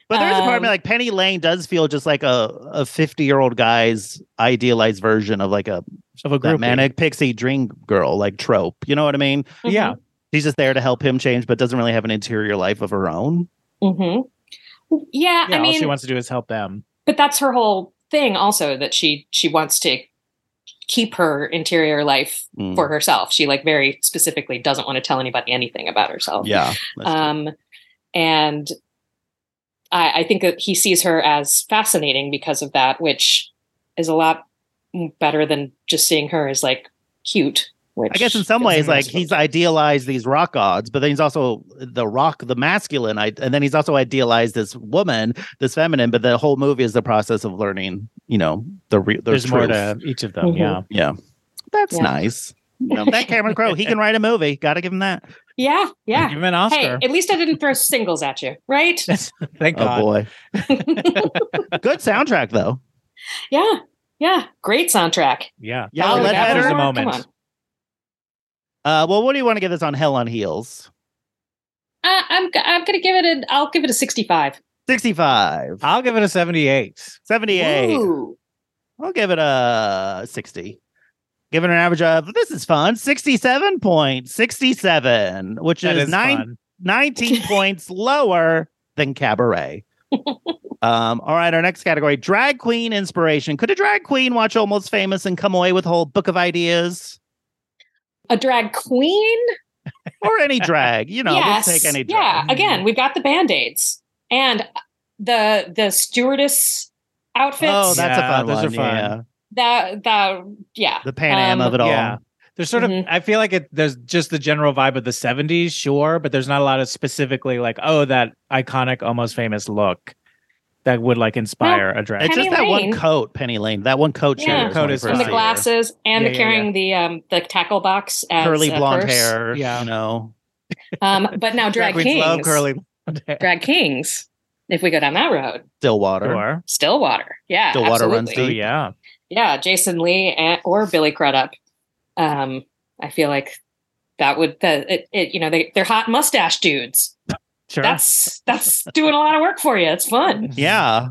Speaker 2: But there's a part of me
Speaker 4: Um,
Speaker 2: like Penny Lane does feel just like a a 50 year old guy's idealized version of like a
Speaker 1: Of a
Speaker 2: that
Speaker 1: group.
Speaker 2: manic pixie dream girl like trope. You know what I mean?
Speaker 1: Yeah.
Speaker 2: She's just there to help him change, but doesn't really have an interior life of her own.
Speaker 4: hmm Yeah,
Speaker 1: Yeah.
Speaker 4: I
Speaker 1: all she
Speaker 4: mean,
Speaker 1: wants to do is help them.
Speaker 4: but that's her whole thing. Also, that she she wants to keep her interior life
Speaker 2: Mm.
Speaker 1: Hmm.
Speaker 4: for herself. She like very specifically doesn't want to tell anybody anything about herself.
Speaker 2: Yeah.
Speaker 4: um, and I, I think that he sees her as fascinating because of that, which is a lot better than just seeing her as like cute. Which
Speaker 2: I guess in some
Speaker 4: is
Speaker 2: ways, like
Speaker 4: impossible.
Speaker 2: he's idealized these rock gods, but then he's also the rock, the masculine, I, and then he's also idealized this woman, this feminine. But the whole movie is the process of learning, you know, the real.
Speaker 1: There's more
Speaker 2: truth.
Speaker 1: to each of them.
Speaker 4: Mhm.
Speaker 1: Yeah.
Speaker 2: Yeah, that's
Speaker 4: Yeah.
Speaker 2: nice. You know, that Cameron Crowe, he can write a movie. Got to give him that.
Speaker 4: yeah, yeah.
Speaker 1: Give him an Oscar.
Speaker 4: Hey, at least I didn't throw singles at you, right?
Speaker 1: Thank God.
Speaker 2: Oh boy, good soundtrack though.
Speaker 4: yeah, yeah. Great soundtrack.
Speaker 1: Yeah.
Speaker 2: Yeah,
Speaker 4: Ballad
Speaker 2: Ledbetter.
Speaker 4: Hour,
Speaker 1: There's a
Speaker 4: come
Speaker 1: moment.
Speaker 4: on.
Speaker 2: Uh, well, what do you want to give this on Hell on Heels?
Speaker 4: I, Uh, I'm g- I'm gonna give it an. I'll give it a 65.
Speaker 2: 65,
Speaker 1: I'll give it a 78.
Speaker 2: 78.
Speaker 4: Ooh.
Speaker 2: I'll give it a 60. Give it an average of this is fun 67.67, which
Speaker 1: That
Speaker 2: is,
Speaker 1: is
Speaker 2: nine,
Speaker 1: fun.
Speaker 2: 19 points lower than Cabaret. um, all right, our next category drag queen inspiration. Could a drag queen watch Almost Famous and come away with a whole book of ideas
Speaker 4: A drag queen?
Speaker 2: or any drag? You know, we'll take any
Speaker 4: Yeah,
Speaker 2: drag.
Speaker 4: again, we've got the band-aids and uh, the the stewardess outfits.
Speaker 2: Oh, that's
Speaker 1: Yeah,
Speaker 2: a fun
Speaker 1: those
Speaker 2: one.
Speaker 1: are fun.
Speaker 2: Yeah.
Speaker 4: that that yeah.
Speaker 2: The Pan Am
Speaker 4: Um,
Speaker 2: of it all.
Speaker 1: Yeah. There's sort of
Speaker 4: Mhm.
Speaker 1: I feel like it there's just the general vibe of the 70s, sure, but there's not a lot of specifically like, oh, that iconic, almost famous look that would like inspire a drag.
Speaker 2: It's
Speaker 4: Penny
Speaker 2: just that
Speaker 4: Lane.
Speaker 2: one coat, Penny Lane. That one coat. she
Speaker 4: Yeah.
Speaker 2: wears
Speaker 1: Coat
Speaker 2: when we
Speaker 1: is
Speaker 2: first
Speaker 4: And the
Speaker 2: see her.
Speaker 4: glasses and
Speaker 1: Yeah,
Speaker 4: the
Speaker 1: yeah,
Speaker 4: carrying the um the tackle box as
Speaker 2: curly
Speaker 4: a
Speaker 2: blonde
Speaker 4: purse.
Speaker 2: hair.
Speaker 1: Yeah.
Speaker 2: You know,
Speaker 4: Um but now drag,
Speaker 1: queens
Speaker 4: kings.
Speaker 1: love curly
Speaker 4: Drag kings. If we go down that road,
Speaker 2: Stillwater.
Speaker 1: door.
Speaker 4: Stillwater. Yeah.
Speaker 2: Stillwater runs
Speaker 4: absolutely.
Speaker 1: Oh
Speaker 2: deep.
Speaker 1: yeah.
Speaker 4: Yeah, Jason Lee and, or Billy Crudup. Um I feel like that would that it, it you know they they're hot mustache dudes.
Speaker 2: Sure.
Speaker 4: That's that's doing a lot of work for you. It's fun.
Speaker 2: yeah.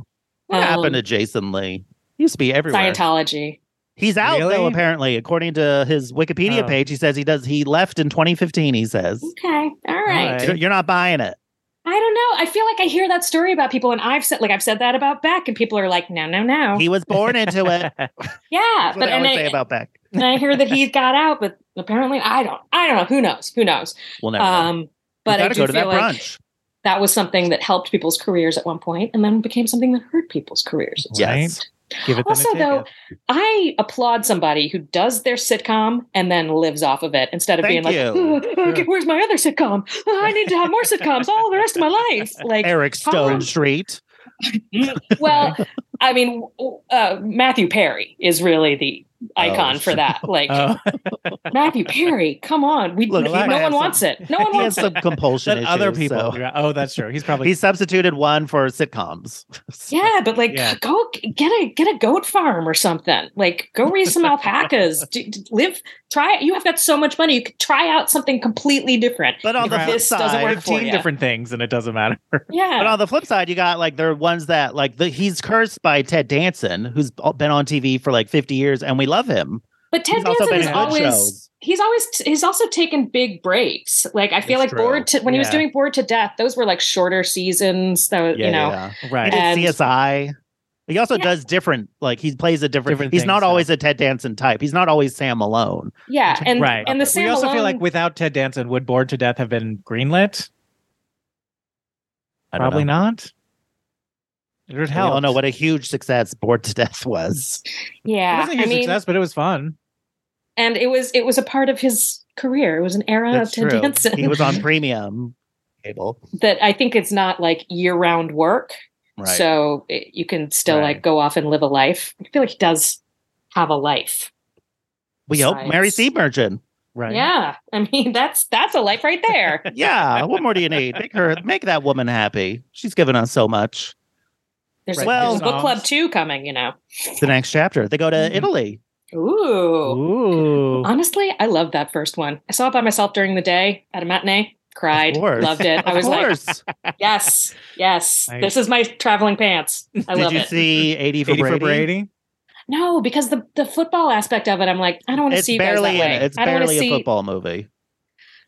Speaker 2: What
Speaker 4: Um,
Speaker 2: happened to Jason Lee? He used to be everywhere.
Speaker 4: Scientology.
Speaker 2: He's out though,
Speaker 1: Really?
Speaker 2: apparently. According to his Wikipedia
Speaker 1: Oh.
Speaker 2: page, he says he does he left in 2015, he says.
Speaker 4: Okay. All right.
Speaker 1: right.
Speaker 2: You're- You're not buying it.
Speaker 4: I don't know. I feel like I hear that story about people, and I've said like I've said that about Beck, and people are like, no, no, no.
Speaker 2: He was born into it.
Speaker 4: yeah,
Speaker 2: That's what
Speaker 4: Oh. Uh, but
Speaker 2: I
Speaker 4: and
Speaker 2: always
Speaker 4: I,
Speaker 2: say about Beck.
Speaker 4: and I hear that he got out, but apparently I don't. I don't know. Who knows? Who knows?
Speaker 2: We'll never know.
Speaker 4: Um, but
Speaker 2: you
Speaker 4: I
Speaker 2: gotta
Speaker 4: do
Speaker 2: go to that
Speaker 4: feel like
Speaker 2: brunch.
Speaker 4: that was something that helped people's careers at one point, and then became something that hurt people's careers.
Speaker 2: Yes.
Speaker 1: Give it them a
Speaker 4: Also, though,
Speaker 1: ticket.
Speaker 4: I applaud somebody who does their sitcom and then lives off of it instead of
Speaker 2: Thank
Speaker 4: being
Speaker 2: you.
Speaker 4: like, "Ugh, okay, "Where's my other sitcom? Ugh, I need to have more sitcoms all the rest of my life." Like,
Speaker 2: Eric Stone
Speaker 4: Colin-
Speaker 2: Street.
Speaker 4: well, I mean, w- uh, Matthew Perry is really the icon
Speaker 2: Oh.
Speaker 4: for that. Like,
Speaker 1: Oh,
Speaker 4: Matthew Perry, come on, we
Speaker 2: Look,
Speaker 4: no
Speaker 2: he might
Speaker 4: one
Speaker 2: have
Speaker 4: wants
Speaker 2: some-
Speaker 4: it. No one
Speaker 2: He has
Speaker 4: wants
Speaker 2: some
Speaker 4: it.
Speaker 2: compulsion
Speaker 1: that
Speaker 2: issues.
Speaker 1: other people.
Speaker 2: so-
Speaker 1: Yeah. Oh, that's true. He's probably
Speaker 2: He substituted one for sitcoms.
Speaker 4: Yeah, but like,
Speaker 1: Yeah.
Speaker 4: go get a get a goat farm or something. Like, go raise some alpacas. Do, do- live, try. You have got so much money, you could try out something completely different.
Speaker 2: But on the
Speaker 1: Right.
Speaker 2: flip
Speaker 4: This doesn't
Speaker 2: side,
Speaker 4: work for
Speaker 1: 15
Speaker 4: you.
Speaker 1: different things, and it doesn't matter.
Speaker 4: Yeah,
Speaker 2: But on the flip side, you got like there are ones that like the, he's cursed by Ted Danson, who's been on TV for like 50 years, and we love him.
Speaker 4: But Ted
Speaker 2: He's also
Speaker 4: Danson
Speaker 2: been
Speaker 4: is
Speaker 2: in good
Speaker 4: always
Speaker 2: shows.
Speaker 4: he's always he's also taken big breaks. Like I feel
Speaker 1: It's
Speaker 4: like
Speaker 1: true.
Speaker 4: bored to, when he was
Speaker 1: Yeah.
Speaker 4: doing bored to death, those were like shorter seasons. Though uh, you know,
Speaker 2: yeah.
Speaker 1: Right.
Speaker 4: And-
Speaker 2: He did CSI. He also
Speaker 4: Yeah.
Speaker 2: does different, like he plays a different.
Speaker 1: Different
Speaker 2: he's not
Speaker 1: things, yeah.
Speaker 2: always a Ted Danson type. He's not always Sam Malone.
Speaker 4: yeah, and
Speaker 1: right.
Speaker 4: and the
Speaker 1: we
Speaker 4: Sam
Speaker 1: also feel
Speaker 4: Malone-
Speaker 1: like without Ted Danson, would Bored to Death have been greenlit?
Speaker 2: I don't
Speaker 1: Probably
Speaker 2: know.
Speaker 1: not. It would
Speaker 2: We
Speaker 1: help.
Speaker 2: all know what a huge success Bored to Death was.
Speaker 1: It
Speaker 4: yeah,
Speaker 1: wasn't a
Speaker 4: I
Speaker 1: huge
Speaker 4: mean,
Speaker 1: success, but it was fun.
Speaker 4: and it was it was a part of his career. It was an era
Speaker 2: That's
Speaker 4: of Oh, Ted
Speaker 2: true.
Speaker 4: Danson
Speaker 2: He was on premium cable.
Speaker 4: that I think it's not like year round work.
Speaker 2: Right.
Speaker 4: So it, you can still
Speaker 1: Right.
Speaker 4: like go off and live a life. I feel like he does have a life.
Speaker 2: we hope
Speaker 4: Besides-
Speaker 2: Mary Sea Merchant.
Speaker 1: Right.
Speaker 4: Yeah, I mean that's that's a life right there.
Speaker 2: Yeah. what more do you need? Make her, make that woman happy. She's given us so much.
Speaker 4: There's,
Speaker 1: Right.
Speaker 4: a, there's
Speaker 2: Well-
Speaker 4: a book club
Speaker 1: Songs.
Speaker 4: two coming. You know,
Speaker 2: The next chapter, they go
Speaker 4: Mm-hmm.
Speaker 2: to Italy.
Speaker 4: ooh.
Speaker 1: Ooh.
Speaker 4: Honestly, I love that first one. I saw it by myself during the day at a matinee. Cried,
Speaker 2: Of course.
Speaker 4: loved it. I
Speaker 2: Of
Speaker 4: was like,
Speaker 2: course.
Speaker 4: yes, yes,
Speaker 1: Nice.
Speaker 4: this is my traveling pants. I
Speaker 2: Did
Speaker 4: love
Speaker 2: you
Speaker 4: it.
Speaker 2: see 80 for
Speaker 1: 80
Speaker 2: Brady?
Speaker 1: for Brady.
Speaker 4: no, because the the football aspect of it, I'm like, I don't want to
Speaker 2: It's
Speaker 4: see you guys that
Speaker 2: barely in
Speaker 4: way.
Speaker 2: it. It's
Speaker 4: I don't want to
Speaker 2: barely
Speaker 4: see.
Speaker 2: a football movie.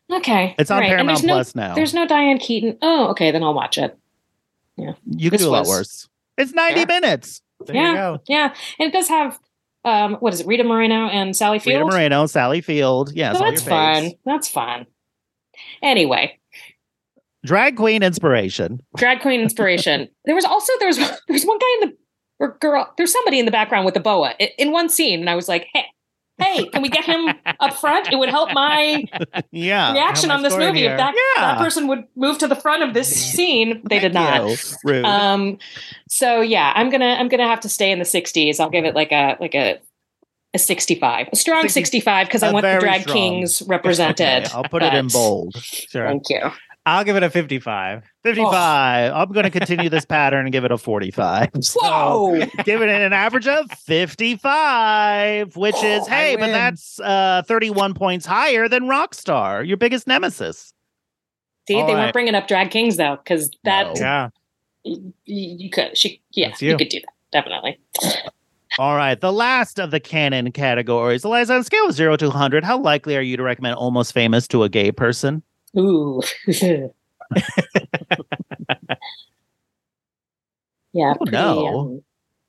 Speaker 4: Okay,
Speaker 2: It's on
Speaker 4: right. And
Speaker 2: Paramount
Speaker 4: there's no,
Speaker 2: Plus now.
Speaker 4: There's no Diane Keaton. Oh, okay, then I'll watch it.
Speaker 2: you could
Speaker 4: this
Speaker 2: do a lot
Speaker 4: was-
Speaker 2: worse. It's 90
Speaker 4: Yeah.
Speaker 2: minutes.
Speaker 1: There
Speaker 4: yeah,
Speaker 1: you go.
Speaker 4: yeah, and it does have um, what is it? Rita Moreno and Sally Field.
Speaker 2: Rita Moreno, Sally Field. Yeah,
Speaker 4: Oh,
Speaker 2: it's all
Speaker 4: that's
Speaker 2: your faves.
Speaker 4: fun. That's fun. Anyway,
Speaker 2: Drag queen inspiration.
Speaker 4: drag queen inspiration. there was also there was there was one guy in the or girl. There's somebody in the background with a boa i- in one scene, and I was like, hey. Hey, can we get him up front? It would help my
Speaker 2: Yeah.
Speaker 4: reaction
Speaker 1: my
Speaker 4: on this
Speaker 1: story
Speaker 4: movie
Speaker 1: here.
Speaker 4: if that,
Speaker 2: Yeah.
Speaker 4: that person would move to the front of this scene. They did not.
Speaker 2: Ew, Rude.
Speaker 4: Um, so yeah, I'm gonna I'm gonna have to stay in the 60s. I'll give it like a like a a 65, a strong
Speaker 2: 60
Speaker 4: 65, because
Speaker 2: a
Speaker 4: I want the
Speaker 2: very
Speaker 4: drag
Speaker 2: strong.
Speaker 4: kings
Speaker 2: Okay,
Speaker 4: represented.
Speaker 2: I'll put it in
Speaker 4: but-
Speaker 2: bold.
Speaker 1: Sure.
Speaker 4: Thank you.
Speaker 1: I'll give it a 55.
Speaker 2: 55. I'm going to continue this pattern and give it a 45. So,
Speaker 4: Whoa!
Speaker 2: giving it an average of 55, which is,
Speaker 4: Oh,
Speaker 1: I
Speaker 2: hey, but
Speaker 1: win.
Speaker 2: that's uh, 31 points higher than Rockstar, your biggest nemesis.
Speaker 4: See,
Speaker 1: All
Speaker 4: they
Speaker 1: right.
Speaker 4: weren't bringing up drag kings though, because that
Speaker 2: No.
Speaker 1: Yeah.
Speaker 4: you, you could she yeah
Speaker 1: That's you.
Speaker 4: you. could do that definitely.
Speaker 2: All right. The last of the canon categories. Eliza, on a scale of zero to 100, how likely are you to recommend Almost Famous to a gay person?
Speaker 4: Ooh. yeah. um,
Speaker 2: don't know.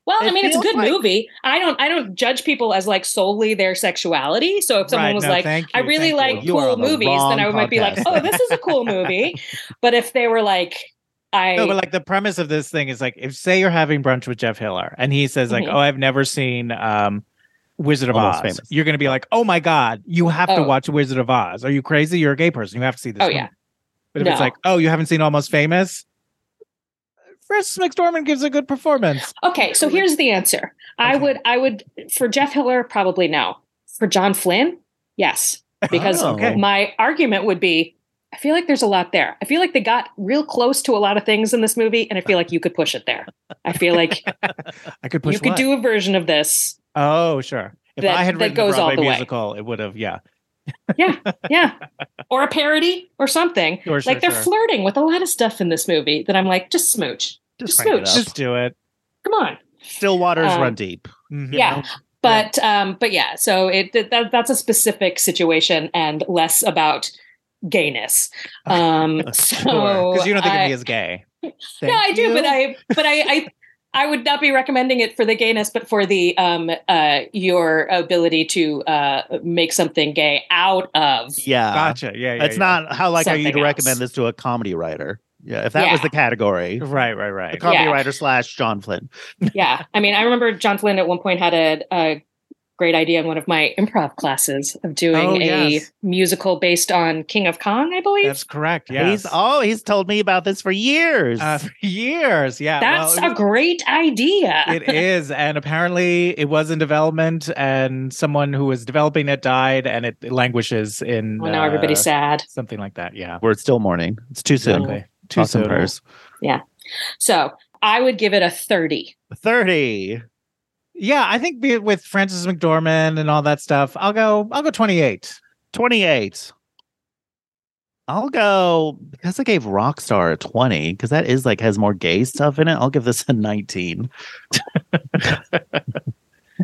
Speaker 4: well, I
Speaker 2: It
Speaker 4: mean, it's a
Speaker 2: feels
Speaker 4: good
Speaker 2: like-
Speaker 4: movie. I don't I don't judge people as like solely their sexuality. So if someone
Speaker 1: Right,
Speaker 4: was
Speaker 1: no,
Speaker 4: like,
Speaker 1: thank
Speaker 4: I
Speaker 1: you,
Speaker 4: really
Speaker 1: thank you.
Speaker 4: like
Speaker 2: You are
Speaker 4: cool
Speaker 2: on the
Speaker 4: movies, then I
Speaker 2: wrong
Speaker 4: might be like,
Speaker 2: podcast,
Speaker 4: oh,
Speaker 2: then.
Speaker 4: this is a cool movie. but if they were like, I
Speaker 1: No, but like the premise of this thing is like if say you're having brunch with Jeff Hiller and he says like,
Speaker 4: Mhm.
Speaker 1: "Oh, I've never seen um Wizard of
Speaker 2: Almost
Speaker 1: Oz."
Speaker 2: Famous.
Speaker 1: You're going to be like, "Oh my god, you have to
Speaker 4: Oh.
Speaker 1: watch Wizard of Oz. Are you crazy? You're a gay person. You have to see this."
Speaker 4: Oh,
Speaker 1: movie."
Speaker 4: yeah.
Speaker 1: But if it's
Speaker 4: No.
Speaker 1: like, "Oh, you haven't seen Almost Famous?" Francis McDormand gives a good performance.
Speaker 4: Okay, so here's the answer. I
Speaker 1: Okay.
Speaker 4: would I would for Jeff Hiller probably no. For John Flynn, yes, because
Speaker 2: Oh. Okay.
Speaker 4: my argument would be I feel like there's a lot there. I feel like they got real close to a lot of things in this movie and I feel like you could push it there. I feel like
Speaker 1: I could push
Speaker 4: you could
Speaker 1: what?
Speaker 4: do a version of this.
Speaker 1: Oh, sure. If
Speaker 4: that-
Speaker 1: I had
Speaker 4: that
Speaker 1: written
Speaker 4: goes
Speaker 1: the
Speaker 4: all
Speaker 1: Broadway
Speaker 4: the way.
Speaker 1: musical, it would have yeah.
Speaker 4: yeah, yeah. Or a parody or something.
Speaker 1: Sure,
Speaker 4: like
Speaker 1: sure,
Speaker 4: they're
Speaker 1: sure.
Speaker 4: flirting with a lot of stuff in this movie that I'm like, just smooch. Just
Speaker 2: crank it
Speaker 4: smooch.
Speaker 2: up.
Speaker 1: Just do it.
Speaker 4: Come on.
Speaker 2: Still waters
Speaker 4: Um,
Speaker 2: run deep.
Speaker 1: Mhm.
Speaker 4: yeah. But um, but yeah, so it that, that that's a specific situation and less about gayness. Um, so
Speaker 1: because you don't think
Speaker 4: I-
Speaker 1: of me as gay.
Speaker 4: no, I do, but I, but I, I, I would not be recommending it for the gayness, but for the um, uh, your ability to uh, make something gay out of.
Speaker 2: Yeah.
Speaker 1: Gotcha. Yeah, yeah
Speaker 2: it's not how like are you to
Speaker 4: Something else.
Speaker 2: recommend this to a comedy writer? Yeah, if that was
Speaker 4: Yeah.
Speaker 2: the category,
Speaker 1: yeah. Right, right,
Speaker 2: a
Speaker 1: right.
Speaker 2: comedy
Speaker 4: Yeah.
Speaker 2: writer slash John Flynn.
Speaker 4: Yeah, I mean, I remember John Flynn at one point had a, a great idea in one of my improv classes of doing
Speaker 1: Oh,
Speaker 4: a
Speaker 1: yes.
Speaker 4: musical based on King of Kong, I believe.
Speaker 1: That's correct. Yeah,
Speaker 2: He's oh, he's told me about this for years.
Speaker 1: uh, for years. Yeah,
Speaker 4: That's
Speaker 1: well,
Speaker 4: a great idea.
Speaker 1: it is, and apparently it was in development, and someone who was developing it died, and it languishes in.
Speaker 4: well, Oh, now everybody's
Speaker 1: uh,
Speaker 4: sad.
Speaker 1: Something like that. Yeah.
Speaker 2: We're still mourning. It's too soon.
Speaker 1: Exactly. Too
Speaker 2: Thoughts and
Speaker 1: soon.
Speaker 2: prayers.
Speaker 4: So I would give it a thirty.
Speaker 2: Thirty.
Speaker 1: Yeah, I think be- with Francis McDormand and all that stuff, I'll go. I'll go twenty-eight.
Speaker 2: 28. I'll go because I gave Rockstar a 20, because that is like has more gay stuff in it. I'll give this a 19.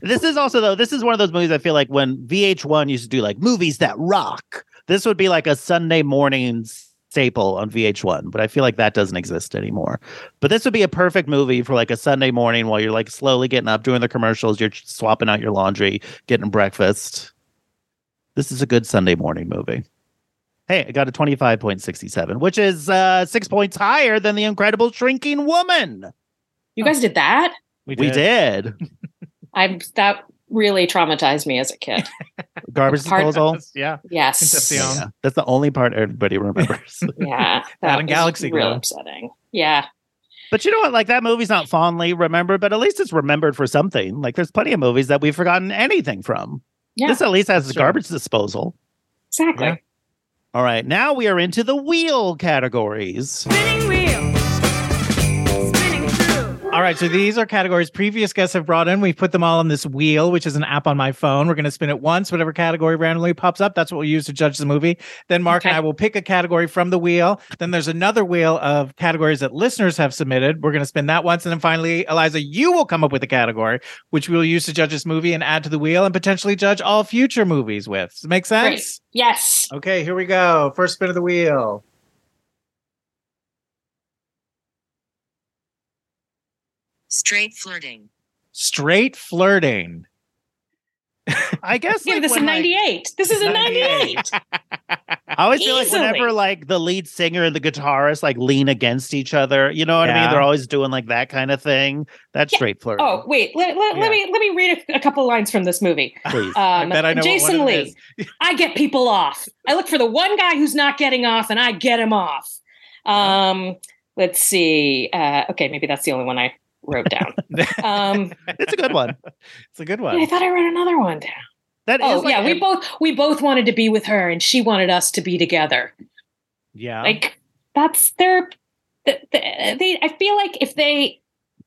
Speaker 2: this is also, though, this is one of those movies I feel like when VH1 used to do like movies that rock, this would be like a Sunday morning staple on VH1, but I feel like that doesn't exist anymore. But this would be a perfect movie for like a Sunday morning while you're like slowly getting up, doing the commercials, you're swapping out your laundry, getting breakfast. This is a good Sunday morning movie. Hey, I got a 25.67, which is uh, six points higher than The Incredible Shrinking Woman.
Speaker 4: You guys did that?
Speaker 2: We did.
Speaker 4: I that really traumatized me as a kid.
Speaker 2: Garbage
Speaker 4: Part-
Speaker 2: disposal.
Speaker 1: Yeah.
Speaker 4: Yes.
Speaker 1: Concepcion.
Speaker 2: Yeah, that's the only part everybody remembers.
Speaker 4: Yeah.
Speaker 1: That and
Speaker 4: was
Speaker 1: Galaxy
Speaker 4: Real
Speaker 1: Girl.
Speaker 4: upsetting. Yeah.
Speaker 2: but you know what? Like that movie's not fondly remembered, but at least it's remembered for something. Like there's plenty of movies that we've forgotten anything from.
Speaker 4: Yeah.
Speaker 2: This at least has a
Speaker 1: Sure.
Speaker 2: garbage disposal.
Speaker 4: Exactly.
Speaker 1: Yeah.
Speaker 2: All right, now we are into the wheel categories.
Speaker 1: All right, so these are categories previous guests have brought in. We've put them all on this wheel, which is an app on my phone. We're going to spin it once. Whatever category randomly pops up, that's what we'll use to judge the movie. Then Mark and
Speaker 4: Okay.
Speaker 1: I will pick a category from the wheel. Then there's another wheel of categories that listeners have submitted. We're going to spin that once. And then finally, Eliza, you will come up with a category, which we will use to judge this movie and add to the wheel and potentially judge all future movies with. Does it make
Speaker 4: Great.
Speaker 1: sense?
Speaker 4: Yes.
Speaker 1: Okay, here we go. First spin of the wheel.
Speaker 5: Straight flirting.
Speaker 1: Straight flirting.
Speaker 2: I guess
Speaker 4: Give
Speaker 2: like,
Speaker 4: this a
Speaker 2: when, like,
Speaker 4: 98. this is a 98.
Speaker 2: I always feel like
Speaker 4: Easily.
Speaker 2: whenever like the lead singer and the guitarist like lean against each other, you know what I mean?
Speaker 1: Yeah.
Speaker 2: They're always doing like that kind of thing. That's
Speaker 4: Yeah.
Speaker 2: straight flirting.
Speaker 4: Oh, wait. Let, let,
Speaker 1: Yeah.
Speaker 4: let me let me read a, a couple lines from this movie.
Speaker 2: please.
Speaker 4: Um,
Speaker 1: bet I know what one
Speaker 4: Jason
Speaker 1: of them
Speaker 4: Lee.
Speaker 1: is.
Speaker 4: I get people off. I look for the one guy who's not getting off, and I get him off. Um, let's see. Uh, okay, maybe that's the only one I wrote down. um,
Speaker 2: it's a good one.
Speaker 1: It's a good
Speaker 4: I
Speaker 1: one.
Speaker 4: thought I wrote another one down.
Speaker 2: That is
Speaker 4: Oh
Speaker 2: like,
Speaker 4: yeah, we
Speaker 2: ev-
Speaker 4: both we both wanted to be with her, and she wanted us to be together.
Speaker 1: Yeah.
Speaker 4: Like that's their. th- th- They, I feel like if they,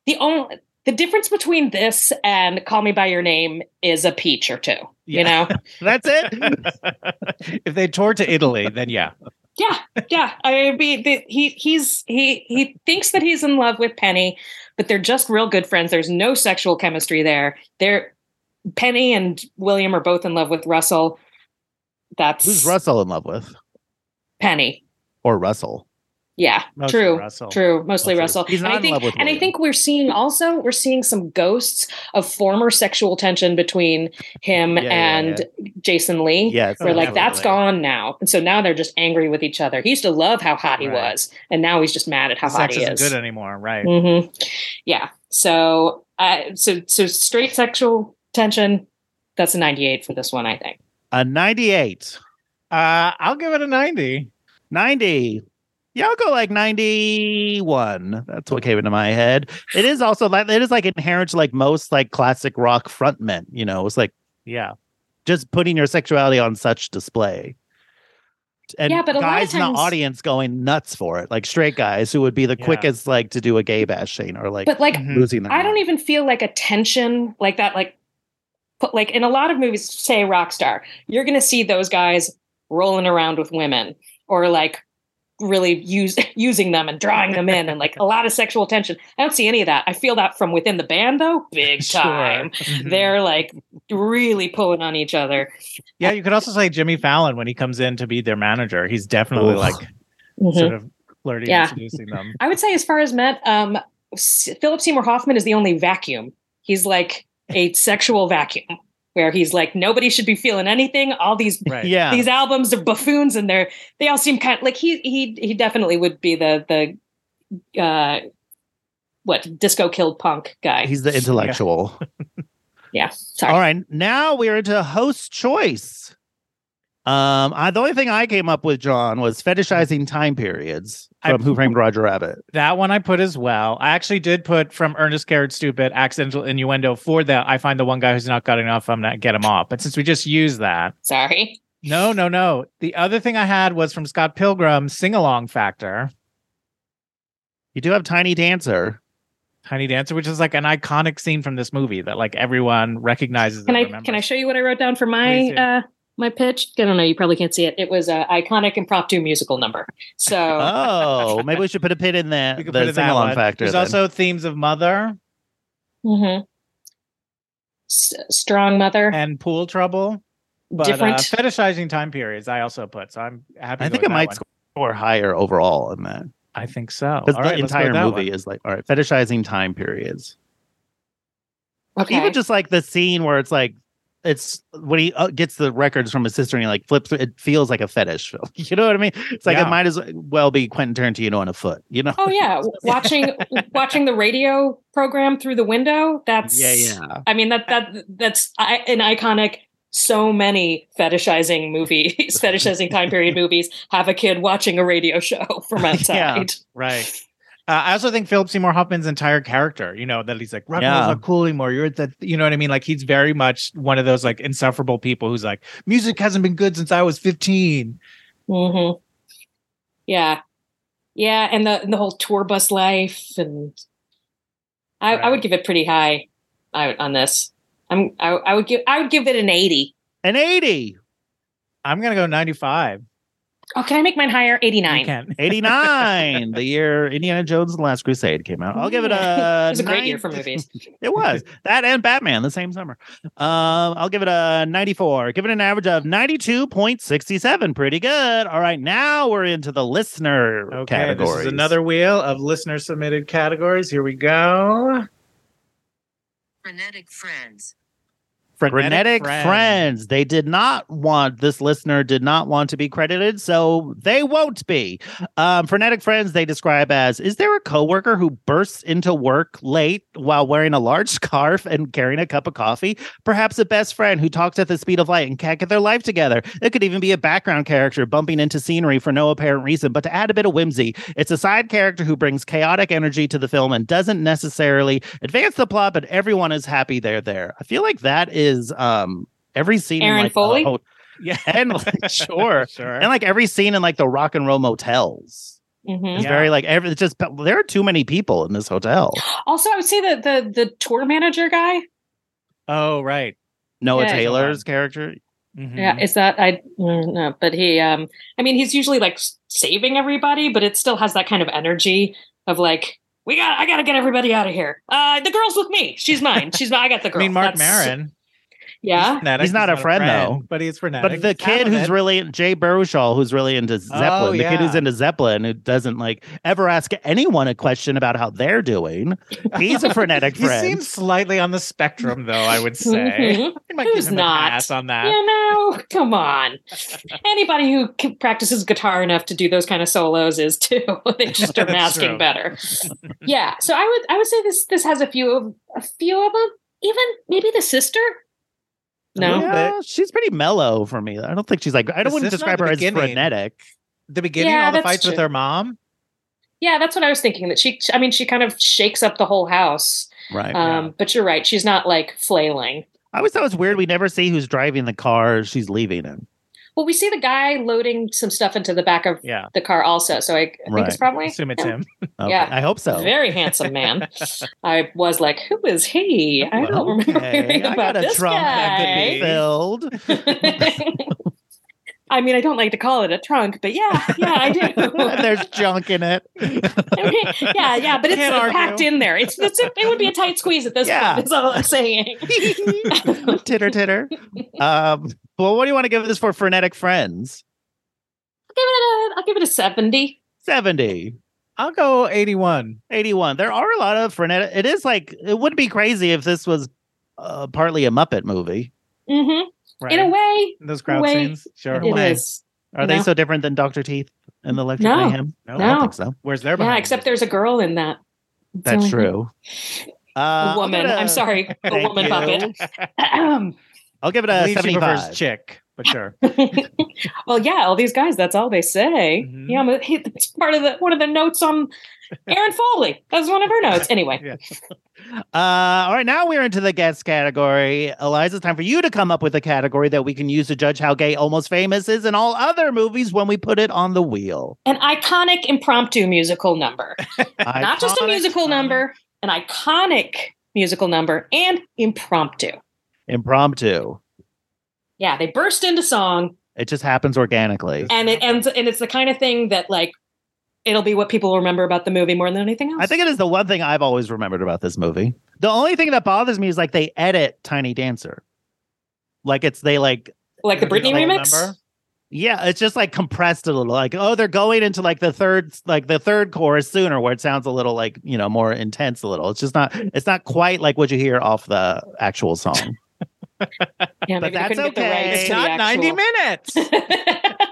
Speaker 4: the only the difference between this and Call Me by Your Name is a peach or two. You know.
Speaker 2: that's it.
Speaker 1: if they toured to Italy, then yeah.
Speaker 4: Yeah, yeah. I mean, the, he he's he he thinks that he's in love with Penny, but they're just real good friends. There's no sexual chemistry there. They're Penny and William are both in love with Russell. That's
Speaker 2: Who's Russell in love with?
Speaker 4: Penny.
Speaker 2: Or Russell.
Speaker 4: Yeah,
Speaker 1: Mostly
Speaker 4: true,
Speaker 1: Russell.
Speaker 4: true. Mostly
Speaker 2: Russell.
Speaker 4: Russell.
Speaker 2: He's not
Speaker 4: and I
Speaker 2: in
Speaker 4: think,
Speaker 2: love with
Speaker 4: and I
Speaker 2: William.
Speaker 4: think we're seeing also we're seeing some ghosts of former sexual tension between him
Speaker 2: Yeah, yeah,
Speaker 4: and Jason Lee.
Speaker 2: Yes.
Speaker 4: We're like, that's
Speaker 2: absolutely.
Speaker 4: gone now. And so now they're just angry with each other. He used to love how hot he
Speaker 1: Right.
Speaker 4: was, and now he's just mad at how hot
Speaker 1: sex
Speaker 4: he
Speaker 1: isn't
Speaker 4: is.
Speaker 1: good anymore, right?
Speaker 4: hmm Yeah. So, uh, so, so straight sexual tension. That's a 98 for this one, I think.
Speaker 2: A 98.
Speaker 1: Uh, I'll give it a ninety.
Speaker 2: 90. Yeah, I'll go like 91. That's what came into my head. It is also like it is like inherent to like most like classic rock frontmen, you know. It's like, yeah. Just putting your sexuality on such display. And
Speaker 4: Yeah, but a lot of
Speaker 2: guys in
Speaker 4: times-
Speaker 2: the audience going nuts for it, like straight guys who would be the
Speaker 1: Yeah.
Speaker 2: quickest like to do a gay bashing or like,
Speaker 4: But like,
Speaker 1: Mhm.
Speaker 2: losing their
Speaker 4: I don't
Speaker 2: mind.
Speaker 4: e, even feel like a tension like that. Like, put like in a lot of movies, say rock star, you're gonna see those guys rolling around with women or like really use using them and drawing them in and like a lot of sexual tension. I don't see any of that. I feel that from within the band though, big
Speaker 1: Sure. Mm-hmm.
Speaker 4: time. They're like really pulling on each other.
Speaker 1: Yeah, you could also say Jimmy Fallon when he comes in to be their manager. He's definitely
Speaker 2: Oof.
Speaker 1: like
Speaker 4: Mhm.
Speaker 1: sort of flirting
Speaker 4: Yeah.
Speaker 1: and seducing them.
Speaker 4: I would say, as far as Matt, um, S- Philip Seymour Hoffman is the only vacuum. He's like a sexual vacuum where he's like nobody should be feeling anything. All these
Speaker 1: Right.
Speaker 2: Yeah.
Speaker 4: these albums are buffoons, and they're they all seem kind of like he he he definitely would be the the uh, what disco killed punk guy.
Speaker 2: He's the intellectual.
Speaker 4: yeah, sorry.
Speaker 2: All right. Now we're into host choice. Um, I, the only thing I came up with, John, was fetishizing time periods
Speaker 1: I-
Speaker 2: from Who Framed Roger Rabbit.
Speaker 1: That one I put as well. I actually did put from Ernest Scared Stupid accidental innuendo for that. I find the one guy who's not got enough, I'm not get him off. But since we just used that,
Speaker 4: Sorry.
Speaker 1: no, no, no. The other thing I had was from Scott Pilgrim sing along factor,
Speaker 2: You do have Tiny Dancer.
Speaker 1: Tiny Dancer, which is like an iconic scene from this movie that like everyone recognizes.
Speaker 4: Can I
Speaker 1: and
Speaker 4: can I
Speaker 1: remembers.
Speaker 4: show you what I wrote down for my
Speaker 1: Please do.
Speaker 4: uh, my pitch? I don't know. You probably can't see it. It was a iconic impromptu musical number. So
Speaker 2: Oh, maybe we should put a pin in
Speaker 1: We
Speaker 2: that
Speaker 1: could put
Speaker 2: the
Speaker 1: in that
Speaker 2: sing along
Speaker 1: one.
Speaker 2: factor.
Speaker 1: There's
Speaker 2: then.
Speaker 1: also themes of mother
Speaker 4: Mm-hmm. S- strong mother,
Speaker 1: and pool trouble, but uh,
Speaker 4: different.
Speaker 1: fetishizing time periods. I also put, so I'm happy. to
Speaker 2: I
Speaker 1: go
Speaker 2: think
Speaker 1: with
Speaker 2: it
Speaker 1: that
Speaker 2: might
Speaker 1: one.
Speaker 2: score higher overall in that
Speaker 1: I think so.
Speaker 2: because
Speaker 1: All
Speaker 2: the
Speaker 1: right, let's go with
Speaker 2: entire
Speaker 1: that
Speaker 2: movie
Speaker 1: one.
Speaker 2: is like all right, fetishizing time periods.
Speaker 4: okay.
Speaker 2: Even just like the scene where it's like. It's when he uh, gets the records from his sister and he like flips. It feels like a fetish film. You know what I mean? It's like
Speaker 1: Yeah.
Speaker 2: it might as well be Quentin Tarantino on a foot. You know?
Speaker 4: oh yeah, w- watching watching the radio program through the window. That's
Speaker 2: Yeah, yeah.
Speaker 4: I mean that that that's I, an iconic. So many fetishizing movies, fetishizing time period movies have a kid watching a radio show from outside.
Speaker 1: Right. Uh, I also think Philip Seymour Hoffman's entire character, you know, that he's like, Rock
Speaker 2: Yeah.
Speaker 1: yeah. not cool anymore. You're the, you know what I mean? Like, he's very much one of those like insufferable people who's like, music hasn't been good since I was 15.
Speaker 4: hmm Yeah, yeah, and the and the whole tour bus life, and I, I
Speaker 1: Right.
Speaker 4: would give it pretty high I, on this. I'm I, I would give I would give it an eighty.
Speaker 2: An 80,
Speaker 1: I'm going to go 95.
Speaker 4: Oh, can I make mine higher? Eighty
Speaker 1: You
Speaker 4: nine.
Speaker 1: can.
Speaker 2: 89, the year Indiana Jones and the Last Crusade came out. I'll give it a.
Speaker 4: it was a great year
Speaker 2: 90
Speaker 4: for movies.
Speaker 2: It was that and Batman the same summer. Um, I'll give it a 94. Give it an average of 92.67. Pretty good. All right, now we're into the listener
Speaker 1: Okay.
Speaker 2: category.
Speaker 1: This is another wheel of listener submitted categories. Here we go.
Speaker 6: Frenetic friends.
Speaker 2: frenetic friends. They did not want this listener did not want to be credited, so they won't be. Um, frenetic friends they describe as is there a coworker who bursts into work late while wearing a large scarf and carrying a cup of coffee? Perhaps a best friend who talks at the speed of light and can't get their life together. It could even be a background character bumping into scenery for no apparent reason, but to add a bit of whimsy, it's a side character who brings chaotic energy to the film and doesn't necessarily advance the plot, but everyone is happy they're there. I feel like that is um every scene.
Speaker 4: Aaron
Speaker 2: in like,
Speaker 4: Foley?
Speaker 2: oh, yeah, and like, sure,
Speaker 1: Sure.
Speaker 2: and like every scene in like the rock and roll motels.
Speaker 4: hmm
Speaker 2: It's
Speaker 1: Yeah.
Speaker 2: very like every. It's just there are too many people in this hotel.
Speaker 4: Also, I would say that the the tour manager guy.
Speaker 1: oh, right.
Speaker 2: Noah
Speaker 4: Yeah.
Speaker 2: Taylor's character.
Speaker 1: Mhm.
Speaker 4: Yeah, is that I mm, no, but he um I mean he's usually like s- saving everybody, but it still has that kind of energy of like we got I got to get everybody out of here. Uh the girl's with me. She's mine. She's my I got the
Speaker 1: I
Speaker 4: girl.
Speaker 1: mean, Mark
Speaker 4: That's-
Speaker 1: Maron.
Speaker 4: Yeah.
Speaker 1: frenetic.
Speaker 2: He's not a friend, though.
Speaker 1: but he's frenetic.
Speaker 2: But the
Speaker 1: He's
Speaker 2: kid
Speaker 1: talented.
Speaker 2: who's really Jay Baruchel, who's really into Zeppelin, the kid who's
Speaker 1: Oh, yeah.
Speaker 2: into Zeppelin, who doesn't like ever ask anyone a question about how they're doing. He's a frenetic
Speaker 1: He
Speaker 2: friend.
Speaker 1: seems slightly on the spectrum, though. I would say.
Speaker 4: Mhm.
Speaker 1: I might
Speaker 4: Who's
Speaker 1: give him
Speaker 4: not?
Speaker 1: a pass on that.
Speaker 4: You know, come on. Anybody who c- practices guitar enough to do those kind of solos is too. they just are
Speaker 1: That's
Speaker 4: masking
Speaker 1: true.
Speaker 4: better. yeah. So I would I would say this this has a few of a few of them. Even maybe the sister. No.
Speaker 2: Yeah, she's pretty mellow for me. I don't think she's like I don't
Speaker 1: Is
Speaker 2: want to
Speaker 1: this not
Speaker 2: describe
Speaker 1: the
Speaker 2: her as
Speaker 1: beginning?
Speaker 2: frenetic.
Speaker 1: The beginning,
Speaker 4: Yeah,
Speaker 1: all the
Speaker 4: that's
Speaker 1: fights with
Speaker 4: true.
Speaker 1: her mom.
Speaker 4: Yeah, that's what I was thinking. That she, I mean, she kind of shakes up the whole house.
Speaker 2: Right.
Speaker 4: Um,
Speaker 1: Yeah.
Speaker 4: But you're right; she's not like flailing.
Speaker 2: I always thought it was weird. We never see who's driving the car she's leaving in.
Speaker 4: Well, we see the guy loading some stuff into the back of
Speaker 2: Yeah.
Speaker 4: the car also. So I, I think
Speaker 2: Right.
Speaker 4: it's probably
Speaker 1: I assume it's
Speaker 4: him.
Speaker 1: him.
Speaker 2: Okay.
Speaker 4: Yeah.
Speaker 2: I hope so.
Speaker 4: Very handsome man. I was like, who is he? I don't remember hearing
Speaker 2: Okay, I
Speaker 4: about
Speaker 2: got a
Speaker 4: this
Speaker 2: trunk that could be
Speaker 4: guy.
Speaker 2: filled.
Speaker 4: I mean, I don't like to call it a trunk, but yeah, yeah, I do.
Speaker 2: There's junk in it.
Speaker 4: yeah, yeah, but it's
Speaker 2: Can't
Speaker 4: like,
Speaker 2: argue.
Speaker 4: packed in there. It's, it's it would be a tight squeeze at this
Speaker 2: Yeah.
Speaker 4: point. That's all I'm saying.
Speaker 2: titter titter. Um, well, what do you want to give this for frenetic friends?
Speaker 4: I'll give it a I'll give it a 70.
Speaker 2: 70,
Speaker 1: I'll go 81.
Speaker 2: 81. There are a lot of frenetic. It is like it would be crazy if this was uh, partly a Muppet movie.
Speaker 4: hmm
Speaker 1: Right.
Speaker 4: In a way,
Speaker 1: Those crowd
Speaker 4: way-
Speaker 1: scenes. Sure.
Speaker 2: In a
Speaker 4: it
Speaker 2: way.
Speaker 4: is.
Speaker 2: Are they
Speaker 4: No.
Speaker 2: so different than Doctor Teeth and the Electric
Speaker 4: No.
Speaker 2: Mayhem?
Speaker 1: No.
Speaker 2: I don't think so.
Speaker 1: Where's their behind
Speaker 4: Yeah,
Speaker 1: you?
Speaker 4: except there's a girl in that. It's
Speaker 2: That's
Speaker 4: only-
Speaker 2: true. Uh,
Speaker 4: A woman.
Speaker 2: gonna-
Speaker 4: I'm sorry. A
Speaker 2: Thank
Speaker 4: woman
Speaker 2: you.
Speaker 4: puppet. Ahem.
Speaker 2: I'll give it
Speaker 1: I
Speaker 2: a
Speaker 1: believe she prefers
Speaker 2: 75.
Speaker 1: chick, but sure.
Speaker 4: well, yeah, all these guys, that's all they say.
Speaker 1: Mhm.
Speaker 4: Yeah, I'm a, he- it's part of the one of the notes on Erin Foley. That's one of her notes. Anyway,
Speaker 2: Uh, all right, now we're into the guest category. Eliza, it's time for you to come up with a category that we can use to judge how gay Almost Famous is in all other movies when we put it on the wheel.
Speaker 4: an iconic impromptu musical number, not just a
Speaker 2: Iconic,
Speaker 4: musical
Speaker 2: iconic,
Speaker 4: number, an iconic musical number and impromptu.
Speaker 2: Impromptu.
Speaker 4: Yeah, they burst into song
Speaker 2: It just happens organically.
Speaker 4: and it ends and it's the kind of thing that like it'll be what people remember about the movie more than anything else.
Speaker 2: I think it is the one thing I've always remembered about this movie. The only thing that bothers me is like they edit Tiny Dancer. Like it's they like
Speaker 4: like the
Speaker 1: It'll be
Speaker 4: Britney
Speaker 1: whole
Speaker 4: remix.
Speaker 1: number.
Speaker 2: Yeah, it's just like compressed a little. Like, oh, they're going into like the third, like the third chorus sooner, where it sounds a little like you know more intense. A little. It's just not. It's not quite like what you hear off the actual song.
Speaker 4: Yeah,
Speaker 2: But
Speaker 4: maybe they
Speaker 2: that's
Speaker 4: couldn't get the
Speaker 2: okay.
Speaker 4: rights
Speaker 2: It's
Speaker 4: to the
Speaker 1: Not 90
Speaker 4: actual-
Speaker 1: minutes.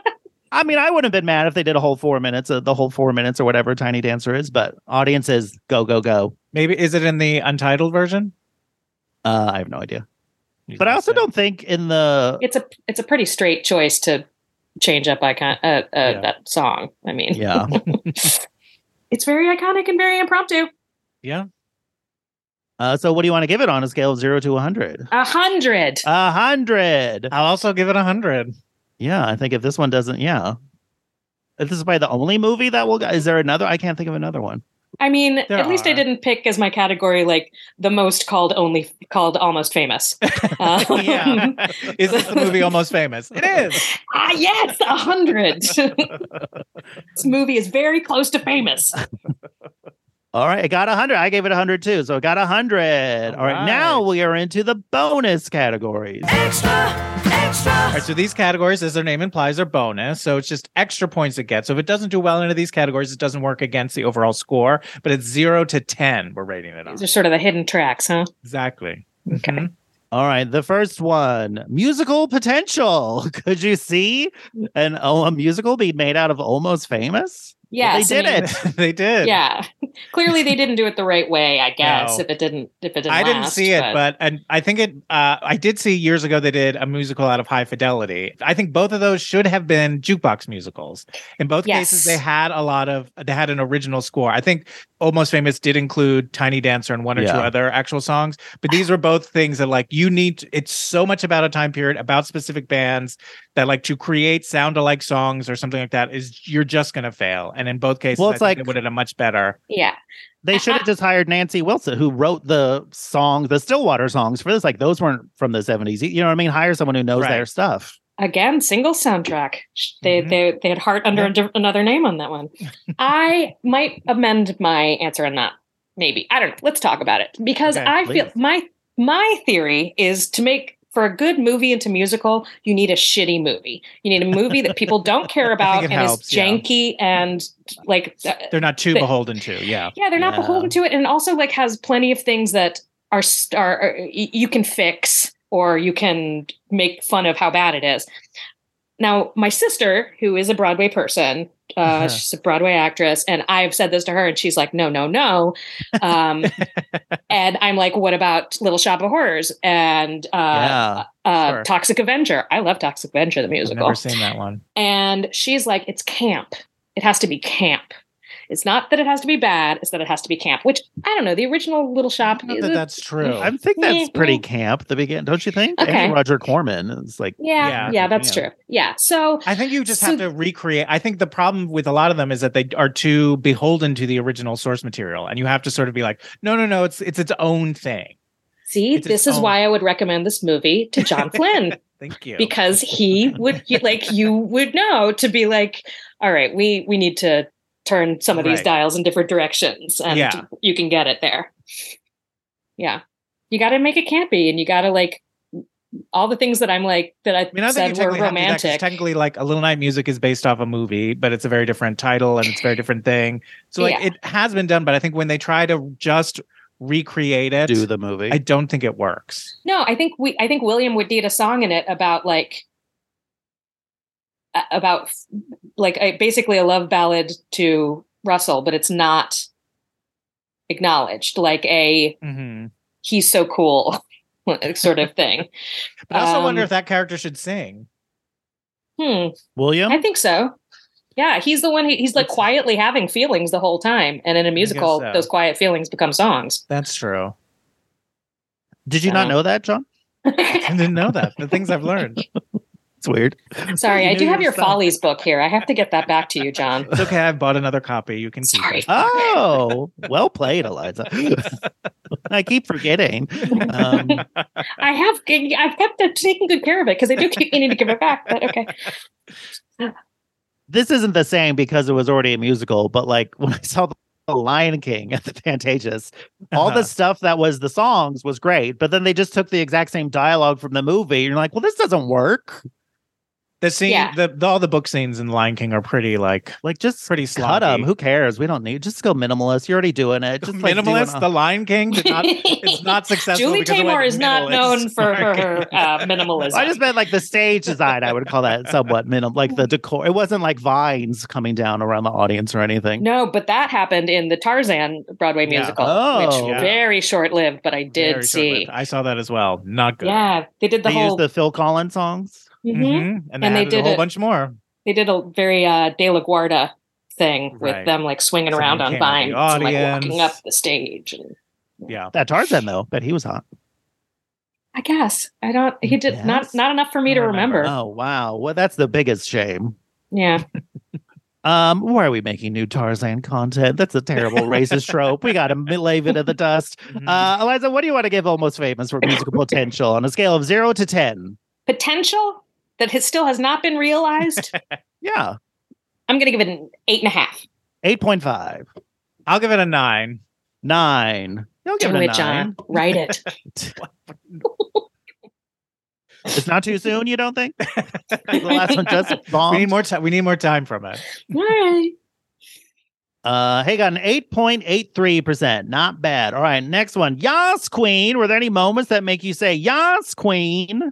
Speaker 2: I mean, I wouldn't have been mad if they did a whole four minutes, uh, the whole four minutes or whatever Tiny Dancer is. But audiences, go go go.
Speaker 1: Maybe is it in the untitled version?
Speaker 2: Uh, I have no idea. But I also don't think in the
Speaker 4: it's a it's a pretty straight choice to change up icon uh, uh,
Speaker 1: Yeah.
Speaker 4: that song. I mean,
Speaker 2: yeah.
Speaker 4: it's very iconic and very impromptu.
Speaker 1: Yeah.
Speaker 2: Uh, so what do you want to give it on a scale of zero to a hundred?
Speaker 4: A hundred.
Speaker 2: A hundred.
Speaker 1: I'll also give it 100.
Speaker 2: Yeah, I think if this one doesn't, yeah. If This is probably the only movie that will. Is there another? I can't think of another one.
Speaker 4: I mean,
Speaker 1: There
Speaker 4: at least I
Speaker 1: are.
Speaker 4: didn't pick as my category like the most called only called almost famous. Um,
Speaker 1: Yeah. Is this the movie almost famous? It is.
Speaker 4: ah, yes, a hundred. this movie is very close to famous.
Speaker 2: All right, I got 100. I gave it 100 too. So I got 100. All right,
Speaker 1: right.
Speaker 2: now we are into the bonus categories.
Speaker 1: All right, so these categories, as their name implies, are bonus. So it's just extra points it gets. So if it doesn't do well in any of these categories, it doesn't work against the overall score, but it's zero to 10. We're rating it on.
Speaker 4: These are sort of the hidden tracks, huh?
Speaker 1: Exactly.
Speaker 4: Okay.
Speaker 1: Mhm.
Speaker 2: All right, the first one musical potential. Could you see an oh, a musical be made out of Almost Famous?
Speaker 4: Yeah,
Speaker 2: they did it.
Speaker 1: they did.
Speaker 4: Yeah, clearly they didn't do it the right way. I guess
Speaker 1: No.
Speaker 4: if it didn't, if it didn't,
Speaker 1: I didn't
Speaker 4: last,
Speaker 1: see it, but and I think it. Uh, I did see years ago they did a musical out of High Fidelity. I think both of those should have been jukebox musicals. In both cases, they
Speaker 4: Yes.
Speaker 1: had a lot of they had an original score. I think Almost Famous did include Tiny Dancer and one or
Speaker 2: Yeah.
Speaker 1: two other actual songs, but these were both things that like you need. It's so much about a time period, about specific bands that like to create sound alike songs or something like that is you're just gonna fail. And in both cases,
Speaker 2: Well,
Speaker 1: I
Speaker 2: it's
Speaker 1: think
Speaker 2: like-
Speaker 1: they would have done much better.
Speaker 4: yeah,
Speaker 2: They should have just hired Nancy Wilson, who wrote the song, the Stillwater songs for this. Like those weren't from the 70s. You know what I mean? Hire someone who knows
Speaker 1: Right.
Speaker 2: their stuff.
Speaker 4: again single soundtrack Sh- they
Speaker 1: Mhm.
Speaker 4: they, they had heart under a diff- another name on that one i might amend my answer on that maybe i don't know let's talk about it because
Speaker 1: Okay,
Speaker 4: i feel
Speaker 2: please.
Speaker 4: my my theory is to make for a good movie into musical you need a shitty movie you need a movie that people don't care about
Speaker 1: it
Speaker 4: and
Speaker 1: helps,
Speaker 4: is
Speaker 1: yeah.
Speaker 4: janky and like uh,
Speaker 1: They're not too
Speaker 4: But-
Speaker 1: beholden to. Yeah.
Speaker 4: yeah they're not
Speaker 2: Yeah.
Speaker 4: beholden to it and also like has plenty of things that are st- are are- y- you can fix or you can make fun of how bad it is now my sister who is a broadway person uh,
Speaker 1: Uh-huh.
Speaker 4: she's a broadway actress and i've said this to her and she's like no no no um, and i'm like what about little shop of horrors and uh,
Speaker 2: yeah.
Speaker 4: uh,
Speaker 1: sure.
Speaker 4: toxic avenger i love toxic avenger the
Speaker 1: I've
Speaker 4: musical
Speaker 1: never seen that one.
Speaker 4: and she's like, it's camp. It has to be camp. It's not that it has to be bad; it's that it has to be camp. Which I don't know. The original Little Shop.
Speaker 1: I don't know that that's true.
Speaker 2: I think that's pretty camp. The beginning, don't you think?
Speaker 4: mm, Okay.
Speaker 2: And Roger Corman is like,
Speaker 4: yeah,
Speaker 1: Yeah,
Speaker 4: yeah, that's
Speaker 1: yeah.
Speaker 4: true. Yeah. So
Speaker 1: I think you just
Speaker 4: So-
Speaker 1: have to recreate. I think the problem with a lot of them is that they are too beholden to the original source material, and you have to sort of be like, no, no, no, it's it's its own thing.
Speaker 4: see,
Speaker 1: It's its
Speaker 4: this is
Speaker 1: own-
Speaker 4: why I would recommend this movie to John Flynn.
Speaker 1: Thank you.
Speaker 4: because he would you- like you would know to be like all right we we need to turn some of these
Speaker 1: Right.
Speaker 4: dials in different directions and
Speaker 1: Yeah.
Speaker 4: you can get it there yeah you got to make it campy and you got to like all the things that i'm like that i,
Speaker 1: I mean, I
Speaker 4: said
Speaker 1: think you
Speaker 4: were
Speaker 1: technically have to do that 'cause
Speaker 4: romantic
Speaker 1: technically, like a little night music is based off a movie, but it's a very different title and it's a very different thing. So like
Speaker 4: Yeah.
Speaker 1: it has been done, but I think when they try to just recreate it,
Speaker 2: do the movie.
Speaker 1: I don't think it works.
Speaker 4: no i think we i think william would need a song in it about like a- about like a, basically a love ballad to russell but it's not acknowledged like a
Speaker 1: hmm
Speaker 4: he's so cool sort of thing.
Speaker 1: But I also wonder
Speaker 4: Um,
Speaker 1: if that character should sing.
Speaker 4: Hmm,
Speaker 2: William,
Speaker 4: I think so. Yeah, he's the one. He, he's like
Speaker 1: That's-
Speaker 4: quietly having feelings the whole time, and in a musical,
Speaker 1: so.
Speaker 4: those quiet feelings become songs.
Speaker 1: That's true.
Speaker 2: did you not
Speaker 4: uh,
Speaker 2: know that, John?
Speaker 1: I didn't know that. The things I've learned.
Speaker 2: It's weird.
Speaker 4: Sorry,
Speaker 1: You
Speaker 4: I
Speaker 1: knew
Speaker 4: do have
Speaker 1: your
Speaker 4: your
Speaker 1: stuff.
Speaker 4: follies book here. I have to get that back to you, John.
Speaker 1: It's okay. I've bought another copy. You can keep
Speaker 4: Sorry.
Speaker 1: it.
Speaker 2: Oh, well played, Eliza. I keep forgetting. Um,
Speaker 4: I have I've kept I've taken good care of it because I do keep needing to give it back. But okay,
Speaker 2: this isn't the same because it was already a musical, but like when I saw the Lion King at the Fantasias, all
Speaker 1: Uh-huh.
Speaker 2: the stuff that was the songs was great, but then they just took the exact same dialogue from the movie. And you're like, well, this doesn't work.
Speaker 1: The scene,
Speaker 4: Yeah.
Speaker 1: the, the all the book scenes in Lion King are pretty like
Speaker 2: Like, just
Speaker 1: pretty
Speaker 2: cut them.
Speaker 1: sloppy.
Speaker 2: Who cares? We don't need. Just go minimalist. You're already doing it. Just like, do an- uh,
Speaker 1: minimalist. the Lion King did not. It's not successful.
Speaker 4: Julie
Speaker 1: because of what
Speaker 4: Taymor is not
Speaker 1: minimalist-
Speaker 4: known for her, her uh,
Speaker 2: Well,
Speaker 4: minimalism.
Speaker 2: I just meant like the stage design. I would call that somewhat minimal, like the decor. It wasn't like vines coming down around the audience or anything.
Speaker 4: no, but that happened in the Tarzan Broadway
Speaker 1: Yeah.
Speaker 4: musical,
Speaker 2: Oh.
Speaker 4: which
Speaker 1: Yeah.
Speaker 4: very short lived, but I did
Speaker 1: Very
Speaker 4: see.
Speaker 1: short-lived. I saw that as well. Not good.
Speaker 4: Yeah, they did the
Speaker 2: they
Speaker 4: whole.
Speaker 2: used the Phil Collins songs.
Speaker 4: Mhm.
Speaker 1: Mhm. And,
Speaker 4: And
Speaker 1: they
Speaker 4: they
Speaker 1: added a
Speaker 4: did
Speaker 1: whole
Speaker 4: it-
Speaker 1: bunch more.
Speaker 4: They did a very uh, De La Guarda thing
Speaker 1: Right.
Speaker 4: with them like swinging
Speaker 1: Someone
Speaker 4: around
Speaker 1: came
Speaker 4: on
Speaker 1: up the
Speaker 4: vines, and, like
Speaker 1: audience.
Speaker 4: walking up the stage. And
Speaker 1: Yeah.
Speaker 2: That Tarzan though, but he was hot.
Speaker 4: I guess I don't. He did not
Speaker 2: Yes?
Speaker 4: not enough for me
Speaker 1: I
Speaker 4: to
Speaker 1: don't remember.
Speaker 4: remember.
Speaker 2: Oh wow, well that's the biggest shame.
Speaker 4: Yeah,
Speaker 2: Um, why are we making new Tarzan content? That's a terrible racist trope. We got to leave it in the dust.
Speaker 1: Mhm.
Speaker 2: Uh, Eliza, what do you want to give Almost Famous for musical potential on a scale of zero to ten?
Speaker 4: potential that has, still has not been realized.
Speaker 2: Yeah,
Speaker 4: I'm going to give it an eight and a half.
Speaker 2: eight point five,
Speaker 1: I'll give it a nine.
Speaker 2: nine. You'll give
Speaker 4: Do
Speaker 2: it a
Speaker 4: it,
Speaker 2: nine.
Speaker 4: John. Write it.
Speaker 2: It's not too soon, you don't think? the last one just bombed.
Speaker 1: We need more time. We need more time from it.
Speaker 4: Why?
Speaker 2: Uh, hey, got an 8.83%. Not bad. All right, next one. Yas Queen. Were there any moments that make you say Yas Queen?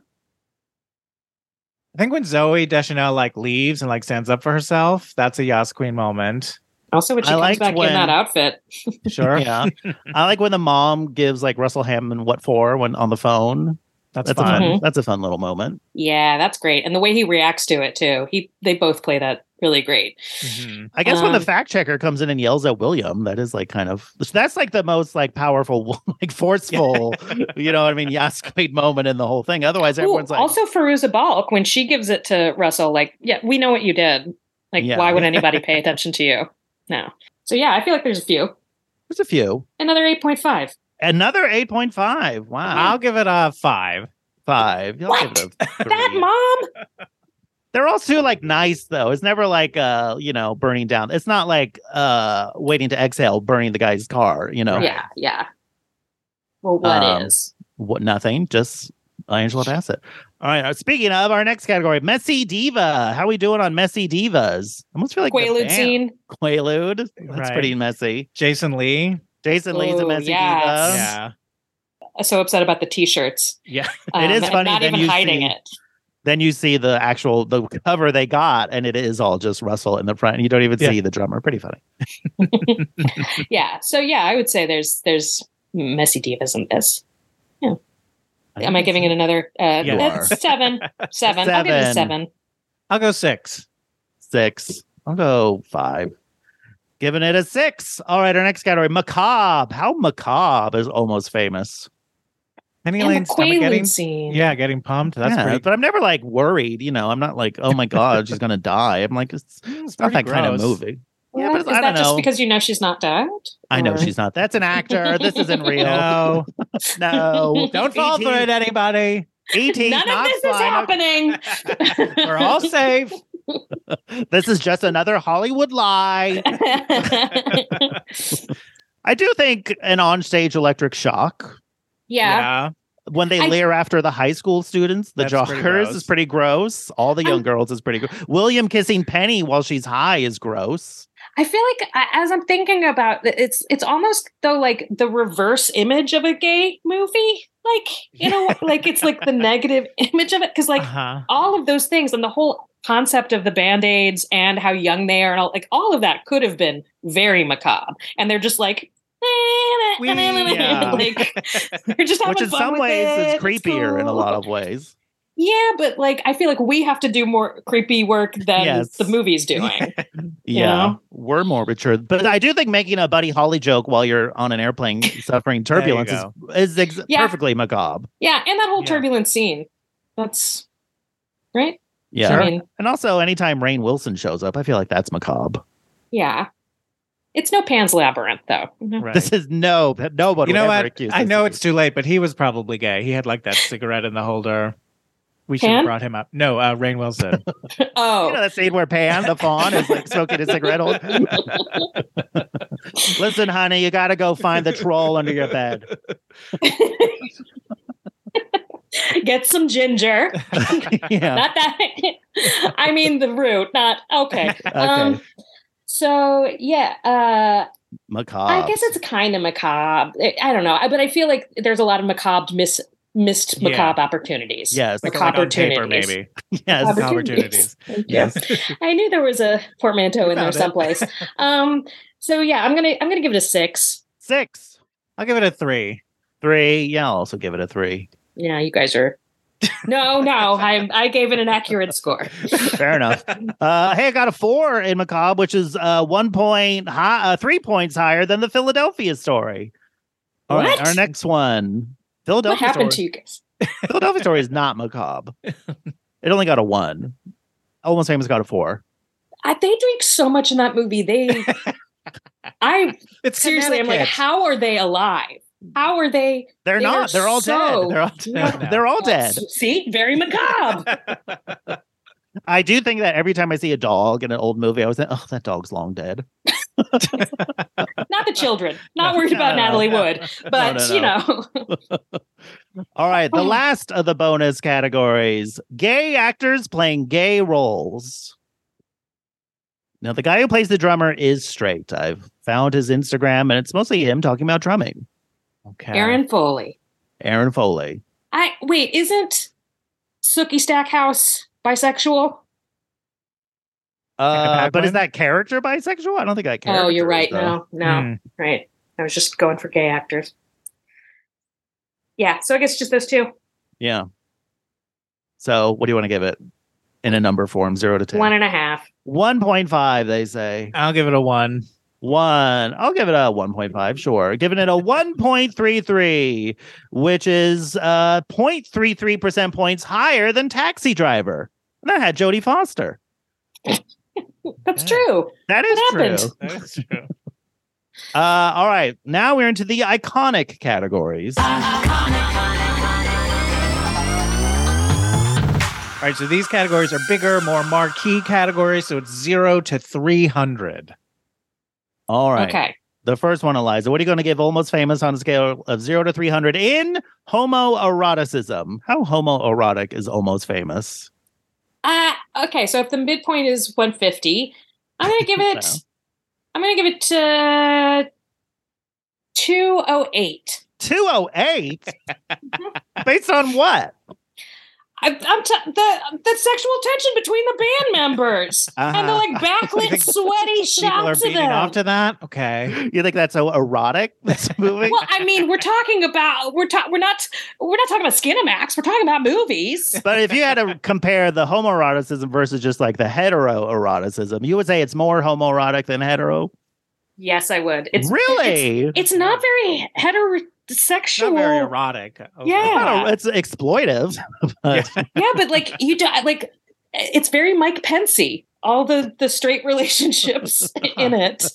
Speaker 1: I think when Zoe Deschanel like leaves and like stands up for herself, that's a Yas Queen moment.
Speaker 4: Also, when she
Speaker 2: I
Speaker 4: comes
Speaker 2: liked
Speaker 4: back
Speaker 2: when-
Speaker 4: in that outfit,
Speaker 1: Sure.
Speaker 2: Yeah. I like when the mom gives like Russell Hammond what for when on the phone.
Speaker 1: That's,
Speaker 2: That's, a
Speaker 1: fun.
Speaker 2: fun.
Speaker 4: Mhm.
Speaker 2: That's a fun little moment.
Speaker 4: yeah, that's great. And the way he reacts to it too. He they both play that really great.
Speaker 1: Mhm.
Speaker 2: I guess when the
Speaker 4: Um,
Speaker 2: fact checker comes in and yells at William, that is like kind of that's like the most like powerful, like forceful, you know what I mean? Yas Queen moment in the whole thing. Otherwise,
Speaker 4: Ooh,
Speaker 2: everyone's like,
Speaker 4: also Feruza Balk when she gives it to Russell, like, yeah, we know what you did. Like,
Speaker 2: Yeah.
Speaker 4: why would anybody pay attention to you? No. So yeah, I feel like there's a few.
Speaker 2: there's a few.
Speaker 4: Another eight point five.
Speaker 2: Another 8.5. Wow.
Speaker 1: I'll give it a five.
Speaker 2: Five. Y'all give it a
Speaker 4: That
Speaker 2: three.
Speaker 4: mom.
Speaker 2: they're all too like nice though. It's never like uh, you know, burning down. It's not like uh waiting to exhale, burning the guy's car, you know.
Speaker 4: Yeah, yeah. Well, what is?
Speaker 2: Um, What nothing, just Angela Bassett. All right. uh, Speaking of our next category, Messy Diva. How we doing on Messy Divas? I almost feel like the
Speaker 4: Quaalude
Speaker 2: band-
Speaker 4: scene?
Speaker 2: Quaalude. That's
Speaker 1: Right.
Speaker 2: pretty messy.
Speaker 1: Jason Lee.
Speaker 2: Jason Lee's a
Speaker 4: Ooh,
Speaker 2: messy
Speaker 4: Oh, yes.
Speaker 2: diva.
Speaker 1: yeah.
Speaker 4: I'm so upset about the t-shirts. Um,
Speaker 1: Yeah.
Speaker 2: It is
Speaker 4: and
Speaker 2: funny
Speaker 4: Not
Speaker 2: when
Speaker 4: even
Speaker 2: you
Speaker 4: hiding
Speaker 2: see-
Speaker 4: it.
Speaker 2: Then you see the actual the cover they got, and it is all just Russell in the front. And you don't even
Speaker 1: Yeah.
Speaker 2: see the drummer. Pretty funny.
Speaker 4: Yeah. So yeah, I would say there's there's messy divas in this. Am I giving it another? Uh,
Speaker 1: You
Speaker 2: are.
Speaker 4: seven, seven. I'll give it
Speaker 2: Seven.
Speaker 4: a seven.
Speaker 1: I'll go six.
Speaker 2: six? I'll go five. Giving it a six. All right, our next category macabre. How macabre is almost famous?
Speaker 1: Penny
Speaker 4: And the
Speaker 1: Lane stomach getting,
Speaker 4: Quaalude scene.
Speaker 1: yeah, getting pumped. That's
Speaker 2: yeah,
Speaker 1: pretty.
Speaker 2: but I'm never like worried. You know, I'm not like, oh my god, she's gonna die. I'm like, it's, it's not that
Speaker 1: pretty
Speaker 2: kind of
Speaker 1: gross.
Speaker 2: movie. Yeah,
Speaker 4: What?
Speaker 2: but
Speaker 4: is
Speaker 2: I
Speaker 4: that
Speaker 2: don't
Speaker 4: just
Speaker 2: know.
Speaker 4: because you know she's not dead?
Speaker 2: I know
Speaker 4: Or-
Speaker 2: she's not. That's an actor. This isn't real.
Speaker 1: No,
Speaker 2: No. E
Speaker 1: don't fall for it, anybody.
Speaker 2: ET's
Speaker 4: None of
Speaker 2: not
Speaker 4: this is
Speaker 2: flying over-
Speaker 4: happening.
Speaker 1: We're all safe.
Speaker 2: This is just another Hollywood lie. I do think an onstage electric shock
Speaker 4: yeah.
Speaker 2: when they
Speaker 4: I-
Speaker 2: leer after the high school students, the
Speaker 1: That's pretty
Speaker 2: joggers
Speaker 1: gross.
Speaker 2: is pretty gross. All the young
Speaker 4: I'm-
Speaker 2: girls is pretty gross. William kissing Penny while she's high is gross.
Speaker 4: I feel like I- as I'm thinking about it, it's it's almost though like the reverse image of a gay movie. Like, you know, like it's like the negative image of it. Cause like
Speaker 1: uh-huh.
Speaker 4: all of those things and the whole concept of the band-aids and how young they are and all like all of that could have been very macabre and they're just like
Speaker 1: We- yeah.
Speaker 4: like they're just having
Speaker 2: Which in
Speaker 4: fun
Speaker 2: some
Speaker 4: with
Speaker 2: ways
Speaker 4: it.
Speaker 2: is creepier in a
Speaker 4: cool.
Speaker 2: lot of ways.
Speaker 4: yeah but like i feel like we have to do more creepy work than
Speaker 2: Yes.
Speaker 4: the movie's doing you
Speaker 2: Yeah,
Speaker 4: know?
Speaker 2: we're more mature, but I do think making a Buddy Holly joke while you're on an airplane suffering
Speaker 1: There you
Speaker 2: turbulence
Speaker 1: go.
Speaker 2: is, is ex-
Speaker 4: Yeah.
Speaker 2: perfectly macabre.
Speaker 4: yeah and that whole
Speaker 1: Yeah.
Speaker 4: turbulent scene that's right
Speaker 2: Yeah,
Speaker 4: i mean
Speaker 2: and also anytime Rain Wilson shows up, I feel like that's macabre.
Speaker 4: yeah it's no pan's labyrinth though you know?
Speaker 2: This is no nobody.
Speaker 1: You know
Speaker 2: would
Speaker 1: Mm-hmm. what?
Speaker 2: ever accuse
Speaker 1: I
Speaker 2: this
Speaker 1: know
Speaker 2: of
Speaker 1: it's too late, but he was probably gay. He had like that cigarette in the holder. We should
Speaker 4: Pan?
Speaker 1: have brought him up. No, uh, Rain Wilson.
Speaker 4: oh
Speaker 2: You know that scene where Pan, the fawn, is like smoking a cigarette. Hold- Listen, honey, you got to go find the troll under your bed.
Speaker 4: get some ginger
Speaker 2: Yeah.
Speaker 4: not that i mean the root not okay, um
Speaker 2: Okay.
Speaker 4: so yeah uh
Speaker 2: Macabre.
Speaker 4: i guess it's kind of macabre I- i don't know I- but i feel like there's a lot of macabre miss, missed
Speaker 1: Yeah.
Speaker 4: macabre opportunities
Speaker 2: Yes.
Speaker 4: Like
Speaker 1: like on paper,
Speaker 4: Opportunities.
Speaker 1: maybe.
Speaker 2: yes.
Speaker 4: Opportunities.
Speaker 1: Opportunities.
Speaker 4: Thank you.
Speaker 2: Yes.
Speaker 4: i knew there was a portmanteau in there
Speaker 1: found it.
Speaker 4: someplace um so yeah i'm gonna i'm gonna give it a six
Speaker 2: Six.
Speaker 1: I'll give it a three.
Speaker 2: Three. Yeah, I'll also give it a three.
Speaker 4: yeah you guys are no no i i gave it an accurate score
Speaker 2: Fair enough. Uh, hey, I got a four in Macabre, which is uh, one point, high, uh, three points higher than the Philadelphia story. All right,
Speaker 4: What?
Speaker 2: our next one. Philadelphia
Speaker 4: what happened to
Speaker 2: story.
Speaker 4: you guys
Speaker 2: Philadelphia story is not macabre. It only got a one. Almost famous got a four.
Speaker 4: I, Uh, they drink so much in that movie they i
Speaker 1: It's
Speaker 4: seriously, I'm like,
Speaker 1: Connecticut.
Speaker 4: how are they alive? How are they?
Speaker 2: They're
Speaker 4: They are
Speaker 2: not. They're all
Speaker 4: so-
Speaker 2: dead. They're all dead.
Speaker 1: No.
Speaker 2: They're all dead.
Speaker 4: See, very macabre.
Speaker 2: I do think that every time I see a dog in an old movie, I always think, oh, that dog's long dead.
Speaker 4: not the children. Not
Speaker 2: No,
Speaker 4: worried
Speaker 2: no,
Speaker 4: about
Speaker 2: no,
Speaker 4: Natalie
Speaker 2: no.
Speaker 4: Wood, but
Speaker 2: no,
Speaker 4: you
Speaker 2: no.
Speaker 4: know, Oh.
Speaker 2: All right. The last of the bonus categories gay actors playing gay roles. Now, the guy who plays the drummer is straight. I've found his Instagram, and it's mostly him talking about drumming.
Speaker 1: Okay.
Speaker 4: Aaron Foley.
Speaker 2: Aaron Foley.
Speaker 4: I wait. Isn't Sookie Stackhouse bisexual?
Speaker 2: Uh, but is
Speaker 1: Paquin?
Speaker 2: that character bisexual? I don't think that character.
Speaker 4: oh, you're
Speaker 2: is,
Speaker 4: right.
Speaker 2: though.
Speaker 4: No, no,
Speaker 1: Hmm.
Speaker 4: right. I was just going for gay actors. Yeah, so I guess just those two.
Speaker 2: Yeah. So, what do you want to give it in a number form, zero to ten?
Speaker 4: One and a half.
Speaker 2: 1.5, they say.
Speaker 1: I'll give it a one.
Speaker 2: One. I'll give it a 1.5, sure. Giving it a 1.33, which is uh 0.33% points higher than Taxi Driver. And that had Jodie Foster.
Speaker 4: That's
Speaker 1: Yeah.
Speaker 4: true.
Speaker 2: That is
Speaker 4: What happened?
Speaker 2: true.
Speaker 1: That is true.
Speaker 2: Uh, all right. Now we're into the iconic categories. All
Speaker 1: All right, so these categories are bigger, more marquee categories. So it's zero to 300.
Speaker 2: right.
Speaker 4: Okay.
Speaker 2: The first one, Eliza. What are you going to give Almost Famous on a scale of 0 to 300 in homoeroticism? How homoerotic is Almost Famous?
Speaker 4: Uh, okay, so if the midpoint is 150, I'm gonna give it.
Speaker 2: Wow.
Speaker 4: I'm gonna give it uh, 208.
Speaker 2: 208? Based on what?
Speaker 4: I, I'm t- the the sexual tension between the band members and the
Speaker 2: Uh-huh.
Speaker 4: like backlit, sweaty
Speaker 1: People are
Speaker 4: shots of
Speaker 1: beating
Speaker 4: them.
Speaker 1: off to that. Okay.
Speaker 2: You think that's so erotic? This movie?
Speaker 4: well, I mean, we're talking about we're ta- we're not we're not talking about Skinamax. We're talking about movies.
Speaker 2: but if you had to compare the homoeroticism versus just like the heteroeroticism, you would say it's more homoerotic than hetero.
Speaker 4: Yes, I would. It's It's,
Speaker 2: really?
Speaker 4: it's not very
Speaker 1: Not
Speaker 4: heterosexual.
Speaker 1: very erotic. Okay.
Speaker 4: Yeah.
Speaker 2: Not a- it's exploitive. But
Speaker 4: yeah, but like you do like it's very Mike Pensy. All the the straight relationships in it.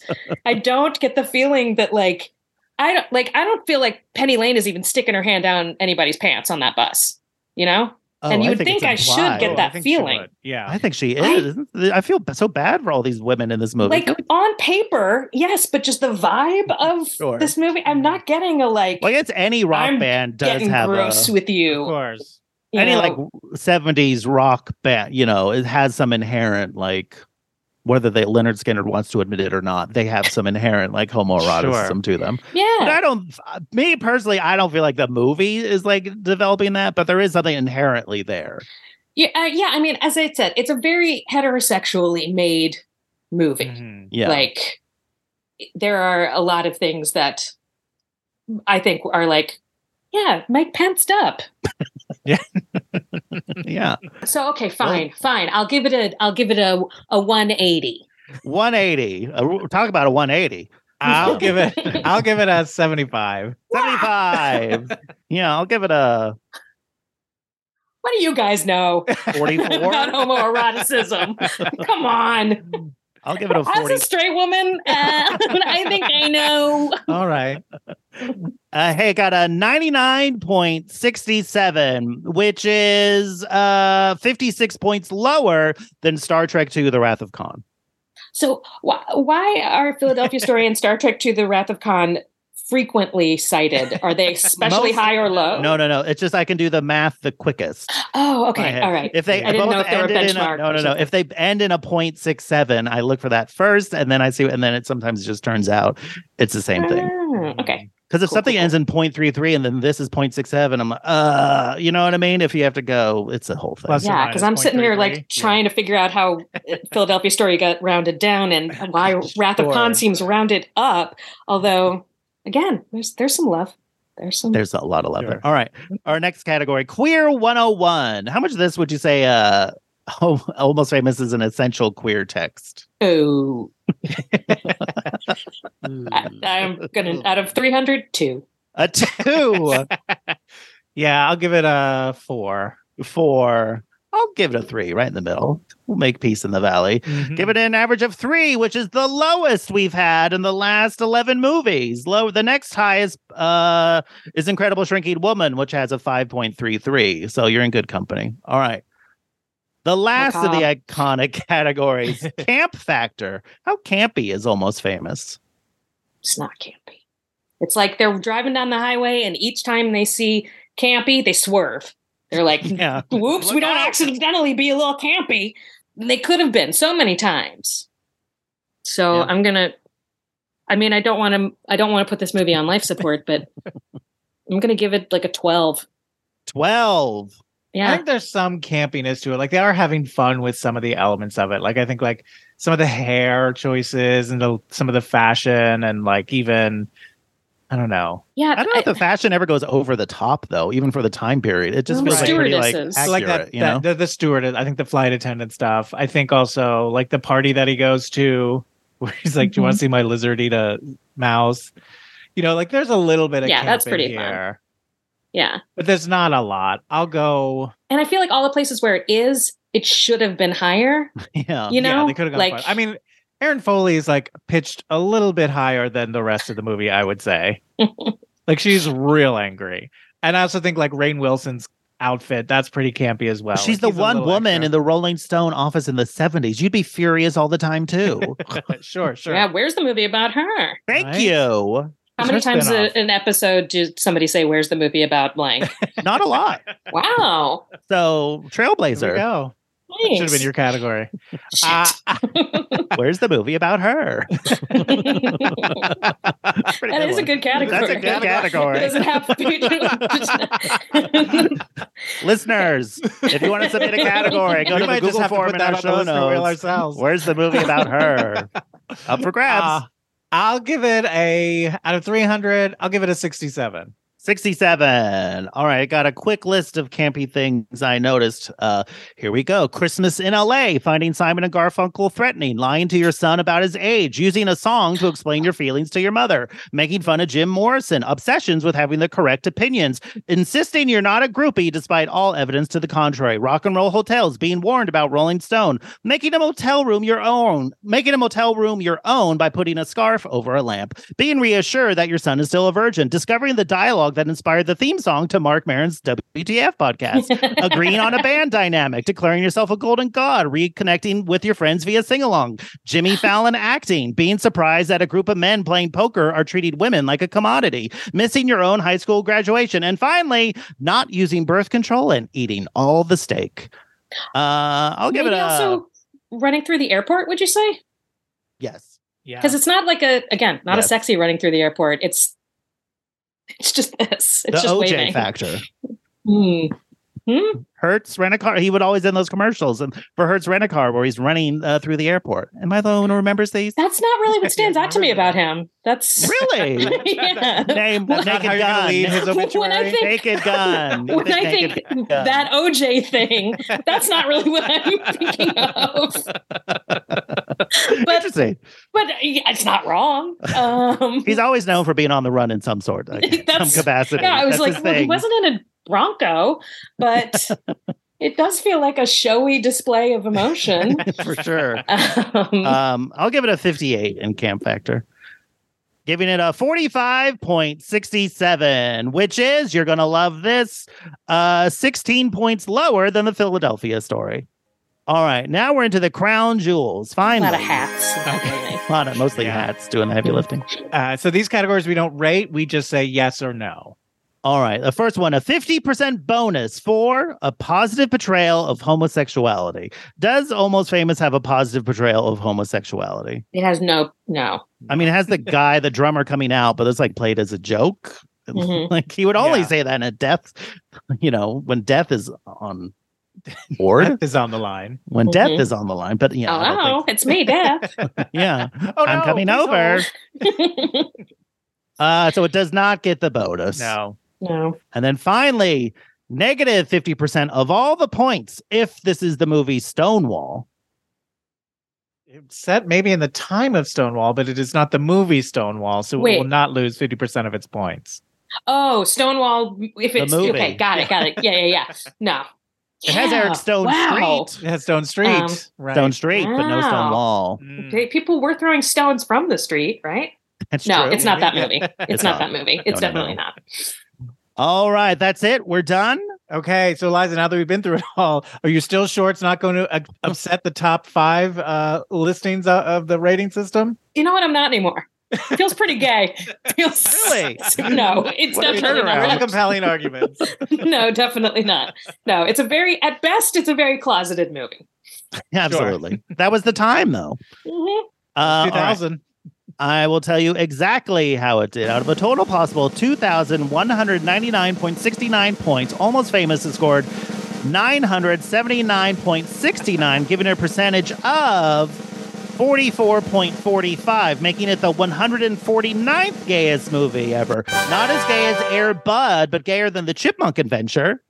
Speaker 4: I don't get the feeling that like I don't like I don't feel like Penny Lane is even sticking her hand down anybody's pants on that bus. You know? And you would
Speaker 2: Oh, it's
Speaker 4: think I should
Speaker 2: implied.
Speaker 4: get
Speaker 1: Oh, I
Speaker 4: that
Speaker 1: think she
Speaker 4: feeling.
Speaker 1: would. Yeah.
Speaker 2: I think she
Speaker 4: I-
Speaker 2: is. I feel b- so bad for all these women in this movie.
Speaker 4: Like on paper, yes, but just the vibe of
Speaker 2: Sure.
Speaker 4: this movie, I'm not getting a like,
Speaker 2: Like, it's any rock
Speaker 4: I'm
Speaker 2: band does
Speaker 4: getting
Speaker 2: have
Speaker 4: gross
Speaker 2: a,
Speaker 4: with
Speaker 1: Of
Speaker 4: you.
Speaker 1: course.
Speaker 4: you
Speaker 2: any
Speaker 4: know?
Speaker 2: like 70s rock band, you know, it has some inherent like whether they Leonard Skinner wants to admit it or not, they have some inherent like homoeroticism to them. But
Speaker 4: yeah,
Speaker 2: I don't me personally, I don't feel like the movie is like developing that, but there is something inherently there.
Speaker 4: yeah, uh, yeah. I mean, as I said, it's a very heterosexually made movie.
Speaker 1: Mhm.
Speaker 2: Yeah.
Speaker 4: Like there are a lot of things that I think are like, yeah, Mike Pence up.
Speaker 2: yeah.
Speaker 4: So okay, fine, fine. I'll give it a I'll give it a a 180.
Speaker 2: 180. Uh, talk about a 180.
Speaker 1: I'll give it. I'll give it a seventy-five.
Speaker 2: 75. yeah, I'll give it a
Speaker 4: What do you guys know
Speaker 2: 44.
Speaker 4: about homoeroticism? Come on.
Speaker 2: I'll give it a
Speaker 4: As
Speaker 2: 40.
Speaker 4: a straight woman, uh, I think I know.
Speaker 1: All right.
Speaker 2: Uh, hey, got a 99.67, which is uh 56 points lower than Star Trek II The Wrath of Khan.
Speaker 4: So why, why are Philadelphia Story and Star Trek to the Wrath of Khan frequently cited? Are they especially
Speaker 2: Most-
Speaker 4: high or low?
Speaker 2: No, no, no. It's just I can do the math the quickest.
Speaker 4: Oh,
Speaker 2: in my
Speaker 4: okay.
Speaker 2: head.
Speaker 4: All right.
Speaker 2: If they
Speaker 4: I didn't
Speaker 2: both
Speaker 4: know if they were
Speaker 2: ended in a-
Speaker 4: benchmarked
Speaker 2: no,
Speaker 4: or
Speaker 2: no, no.
Speaker 4: something.
Speaker 2: If they end in a 0.67, I look for that first and then I see and then it sometimes just turns out it's the same thing.
Speaker 4: Ah, okay.
Speaker 2: Because if
Speaker 4: Cool,
Speaker 2: something
Speaker 4: cool,
Speaker 2: ends in 0.33 and then this is 0.67, I'm like, uh, you know what I mean? If you have to go, it's a whole thing.
Speaker 1: Plus- So
Speaker 4: yeah,
Speaker 1: minus
Speaker 4: because I'm sitting here
Speaker 1: 0.33,
Speaker 4: like
Speaker 1: yeah.
Speaker 4: trying to figure out how uh, Philadelphia story got rounded down and why Wrath of
Speaker 1: Sure.
Speaker 4: Khan seems rounded up. Although, again, there's there's some love. There's some.
Speaker 2: There's a lot of love
Speaker 1: Sure.
Speaker 2: there. All right. Our next category, queer 101. How much of this would you say uh oh, almost famous is an essential queer text?
Speaker 4: oh, I, I'm gonna out of 300, two.
Speaker 2: A two
Speaker 1: Yeah, I'll give it a four.
Speaker 2: four. I'll give it a three, right in the middle. We'll make peace in the valley. Give it an average of three, which is the lowest we've had in the last eleven movies. Low. The next highest uh, is Incredible Shrinking Woman, which has a five point three three. So you're in good company. All right. The last of the iconic categories, camp factor. How campy is almost famous.
Speaker 4: It's not campy. It's like they're driving down the highway, and each time they see campy, they swerve. They're like,
Speaker 2: Yeah,
Speaker 4: "Whoops, we
Speaker 2: Look
Speaker 4: don't
Speaker 2: out."
Speaker 4: accidentally be a little campy." They could have been so many times. So
Speaker 2: Yeah.
Speaker 4: I'm gonna. I mean, I don't want to. I don't want to put this movie on life support, but I'm gonna give it like a twelve.
Speaker 2: twelve.
Speaker 1: I
Speaker 4: Yeah,
Speaker 1: think there's some campiness to it. Like they are having fun with some of the elements of it. Like I think like some of the hair choices and the, some of the fashion and like even I don't know.
Speaker 4: yeah.
Speaker 2: I don't know if the fashion ever goes over the top though, even for the time period. It just
Speaker 4: Well,
Speaker 2: feels like pretty like
Speaker 4: stewardesses.
Speaker 2: accurate.
Speaker 1: like
Speaker 2: you know?
Speaker 1: the, the steward. I think the flight attendant stuff. I think also like the party that he goes to, where he's like, "Do
Speaker 4: Mm-hmm.
Speaker 1: you want to see my lizard eat a mouse?" You know, like there's a little bit of
Speaker 4: Yeah, that's
Speaker 1: camping
Speaker 4: pretty fun.
Speaker 1: here,
Speaker 4: yeah.
Speaker 1: but there's not a lot. I'll go.
Speaker 4: And I feel like all the places where it is, it should have been higher.
Speaker 2: yeah.
Speaker 4: You know,
Speaker 1: yeah, they could have gone.
Speaker 4: like
Speaker 1: fun. I mean, Aaron Foley is like pitched a little bit higher than the rest of the movie. I would say, like she's real angry, and I also think like Rain Wilson's outfit that's pretty campy as well.
Speaker 2: She's the one woman in the Rolling Stone office in the 70s. You'd be furious all the time, too.
Speaker 1: the sure, sure.
Speaker 4: yeah. Where's the movie about her?
Speaker 2: Thank
Speaker 1: Right?
Speaker 2: you.
Speaker 4: How
Speaker 1: It's
Speaker 4: many
Speaker 1: her
Speaker 4: times
Speaker 1: spin-off.
Speaker 4: a, an episode did somebody say, "Where's the movie about blank"?
Speaker 2: Not a lot.
Speaker 4: wow.
Speaker 2: So,
Speaker 1: There we
Speaker 2: Trailblazer,
Speaker 1: go. That should have been your category. Uh,
Speaker 2: ah.
Speaker 4: Thanks.
Speaker 2: where's the movie about her?
Speaker 4: Shit.
Speaker 2: That's pretty
Speaker 4: That is a
Speaker 2: one.
Speaker 4: good category.
Speaker 2: That's a good category.
Speaker 4: It doesn't have to be.
Speaker 2: Listeners, if you want to submit a category, go
Speaker 1: we
Speaker 2: to the
Speaker 1: might just
Speaker 2: Google
Speaker 1: have to
Speaker 2: form
Speaker 1: put
Speaker 2: in
Speaker 1: that on
Speaker 2: our show
Speaker 1: the listener wheel
Speaker 2: notes.
Speaker 1: ourselves. Ah.
Speaker 2: Where's the movie about her? Up for grabs.
Speaker 1: Uh, I'll give it a out of 300. I'll give it a 67.
Speaker 2: 67. All right, I got a quick list of campy things I noticed. Uh here we go. Christmas in LA, finding Simon and Garfunkel threatening, lying to your son about his age, using a song to explain your feelings to your mother, making fun of Jim Morrison, obsessions with having the correct opinions, insisting you're not a groupie despite all evidence to the contrary, rock and roll hotels, being warned about Rolling Stone, making a motel room your own, making a motel room your own by putting a scarf over a lamp, being reassured that your son is still a virgin, discovering the dialogue that inspired the theme song to Mark Maron's WTF podcast, agreeing on a band dynamic, declaring yourself a golden god, reconnecting with your friends via sing along, Jimmy Fallon acting, being surprised that a group of men playing poker are treating women like a commodity, missing your own high school graduation, and finally, not using birth control and eating all the steak. Uh, I'll give
Speaker 4: Maybe
Speaker 2: it a
Speaker 4: also running through the airport, would you say?
Speaker 2: yes.
Speaker 1: Yeah.
Speaker 4: Because it's not like a again, not a
Speaker 2: Yes.
Speaker 4: sexy running through the airport. It's it's just this. It's
Speaker 2: the
Speaker 4: just
Speaker 2: OJ
Speaker 4: waving.
Speaker 2: factor.
Speaker 4: Hmm. Hmm?
Speaker 2: Hertz rent a car. He would always in those commercials and for Hertz rent a car where he's running uh, through the airport. Am I the one who remembers these?
Speaker 4: That's not really
Speaker 1: Yeah,
Speaker 4: what stands out to me
Speaker 1: remember
Speaker 4: about him. That's
Speaker 2: Really?
Speaker 4: yeah.
Speaker 2: Name
Speaker 1: That's not
Speaker 2: naked
Speaker 1: how you're gonna
Speaker 2: gun.
Speaker 1: lead his obituary.
Speaker 4: When I think
Speaker 2: naked gun.
Speaker 4: when I
Speaker 2: Naked
Speaker 4: think
Speaker 2: Gun.
Speaker 4: that OJ thing, that's not really what I'm thinking of. But
Speaker 2: Interesting.
Speaker 4: but it's not wrong. Um,
Speaker 2: He's always known for being on the run in some sort, like, some
Speaker 4: That's-
Speaker 2: capacity.
Speaker 4: yeah, I was
Speaker 2: That's his
Speaker 4: like, well, he
Speaker 2: thing.
Speaker 4: wasn't in a Bronco, but it does feel like a showy display of emotion.
Speaker 2: for sure.
Speaker 4: Um,
Speaker 2: Um, I'll give it a 58 in Camp Factor. Giving it a 45.67, which is, you're going to love this, uh, 16 points lower than the Philadelphia story. All right, now we're into the crown jewels.
Speaker 4: a
Speaker 2: Finally.
Speaker 4: lot of hats.
Speaker 1: Okay.
Speaker 2: A lot of- mostly
Speaker 1: Yeah.
Speaker 2: hats doing the heavy lifting.
Speaker 1: Uh, so these categories we don't rate. We just say yes or no.
Speaker 2: All right, the first one a 50% bonus for a positive portrayal of homosexuality. Does Almost Famous have a positive portrayal of homosexuality?
Speaker 4: It has no no.
Speaker 2: I mean, it has the guy, the drummer coming out, but it's like played as a joke.
Speaker 4: Mhm.
Speaker 2: like he would only
Speaker 1: Mm-hmm. Yeah.
Speaker 2: say that in a death, you know, when death is on board,
Speaker 1: Death is on the line.
Speaker 2: when death
Speaker 4: Mhm.
Speaker 2: is on the line. But yeah, I don't
Speaker 4: Hello, Oh, it's me, Death.
Speaker 2: think- yeah,
Speaker 1: Mm-hmm. Oh,
Speaker 2: I'm
Speaker 1: no,
Speaker 2: coming
Speaker 1: he's
Speaker 2: over.
Speaker 1: old.
Speaker 2: Uh, so it does not get the bonus.
Speaker 1: No.
Speaker 4: no.
Speaker 2: And then finally, negative 50% of all the points if this is the movie Stonewall.
Speaker 1: It's Set maybe in the time of Stonewall, but it is not the movie Stonewall, so it
Speaker 4: Wait.
Speaker 1: will not lose fifty percent of its points.
Speaker 4: Oh, Stonewall. If
Speaker 2: The
Speaker 4: it's
Speaker 2: movie.
Speaker 4: okay, got it, got it. Yeah, yeah, yeah. No.
Speaker 2: It has Eric
Speaker 4: Yeah,
Speaker 2: Stone
Speaker 4: wow.
Speaker 2: Street.
Speaker 1: It has Stone Street,
Speaker 4: Um,
Speaker 1: right?
Speaker 2: Stone Street, but no
Speaker 4: Wow.
Speaker 2: Stonewall.
Speaker 1: Mm.
Speaker 4: They- People were throwing stones from the street, right?
Speaker 2: That's
Speaker 4: no,
Speaker 2: true.
Speaker 4: it's not that movie. It's,
Speaker 2: It's not.
Speaker 4: not, that movie. It's
Speaker 2: No, no,
Speaker 4: definitely
Speaker 2: no.
Speaker 4: not.
Speaker 2: All right, that's it. We're done.
Speaker 1: Okay, so Liza, now that we've been through it all, are you still sure it's not going to uh, upset the top five uh, listings of, of the rating system?
Speaker 4: You know what? I'm not anymore. Feels pretty gay. Feels
Speaker 2: Really?
Speaker 4: no. It's
Speaker 1: What a
Speaker 4: definitely
Speaker 1: turnaround.
Speaker 4: not.
Speaker 1: compelling arguments.
Speaker 4: no, definitely not. No, it's a very at best it's a very closeted movie.
Speaker 2: Absolutely. that was the time, though.
Speaker 4: Mhm.
Speaker 2: Uh,
Speaker 1: Two
Speaker 2: all right.
Speaker 1: thousand.
Speaker 2: I will tell you exactly how it did. Out of a total possible 2,199.69 points, Almost Famous has scored 979.69, giving it a percentage of 44.45, making it the 149th gayest movie ever. Not as gay as Air Bud, but gayer than the Chipmunk Adventure.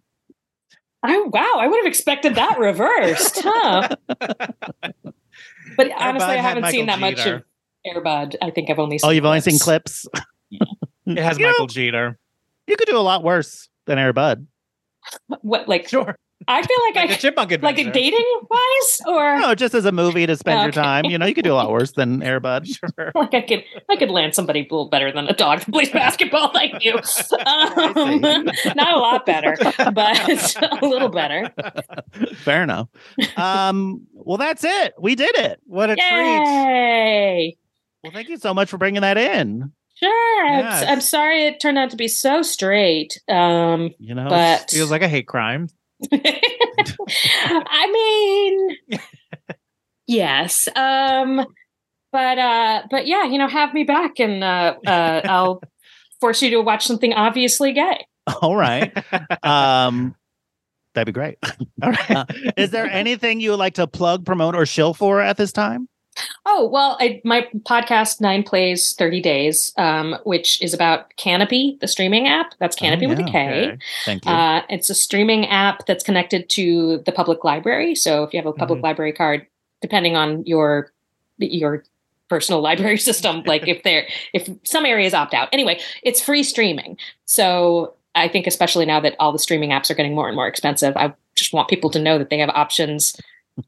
Speaker 4: I wow, I would have expected that reversed, huh? But honestly,
Speaker 1: Bud
Speaker 4: I
Speaker 1: had
Speaker 4: haven't seen that
Speaker 1: Michael
Speaker 4: much of Airbud. I think I've only seen
Speaker 2: Oh, you've only seen
Speaker 4: clips.
Speaker 2: clips?
Speaker 1: It has
Speaker 2: You know,
Speaker 1: Michael Jeter.
Speaker 2: You could do a lot worse than Air Bud.
Speaker 4: What like
Speaker 1: Sure,
Speaker 4: I feel like,
Speaker 1: like
Speaker 4: I
Speaker 1: the Chipmunk
Speaker 4: like
Speaker 1: Adventure.
Speaker 4: a dating wise or
Speaker 2: No, just as a movie to spend your
Speaker 4: Okay.
Speaker 2: time. You know, you could do a lot worse than Airbud.
Speaker 1: Sure.
Speaker 4: like I could I could land somebody a little better than a dog that plays basketball like you. Um, not a lot better, but a little better.
Speaker 2: Fair enough. Um, well, that's it. We did it.
Speaker 1: What a treat!
Speaker 4: Yay!
Speaker 2: Well, thank you so much for bringing that in.
Speaker 4: Sure. I'm-
Speaker 1: Yes.
Speaker 4: I'm sorry it turned out to be so straight. Um
Speaker 2: You know,
Speaker 4: but
Speaker 1: Feels like a hate crime.
Speaker 4: I mean Yes. Um but uh but yeah, you know, have me back and uh uh I'll force you to watch something obviously gay.
Speaker 2: all right.
Speaker 1: Uh,
Speaker 2: Um, that'd be great.
Speaker 1: All right.
Speaker 2: Is there anything you would like to plug, promote, or shill for at this time?
Speaker 4: Oh well, I, my podcast Nine Plays Thirty Days, um, which is about Canopy, the streaming app. That's Canopy with a
Speaker 2: Oh, yeah,
Speaker 4: K.
Speaker 1: okay.
Speaker 2: Thank you.
Speaker 4: Uh, it's a streaming app that's connected to the public library. So if you have
Speaker 2: Mm-hmm.
Speaker 4: a public library card, depending on your your personal library system, like if they're if some areas opt out. Anyway, it's free streaming. So I think especially now that all the streaming apps are getting more and more expensive, I just want people to know that they have options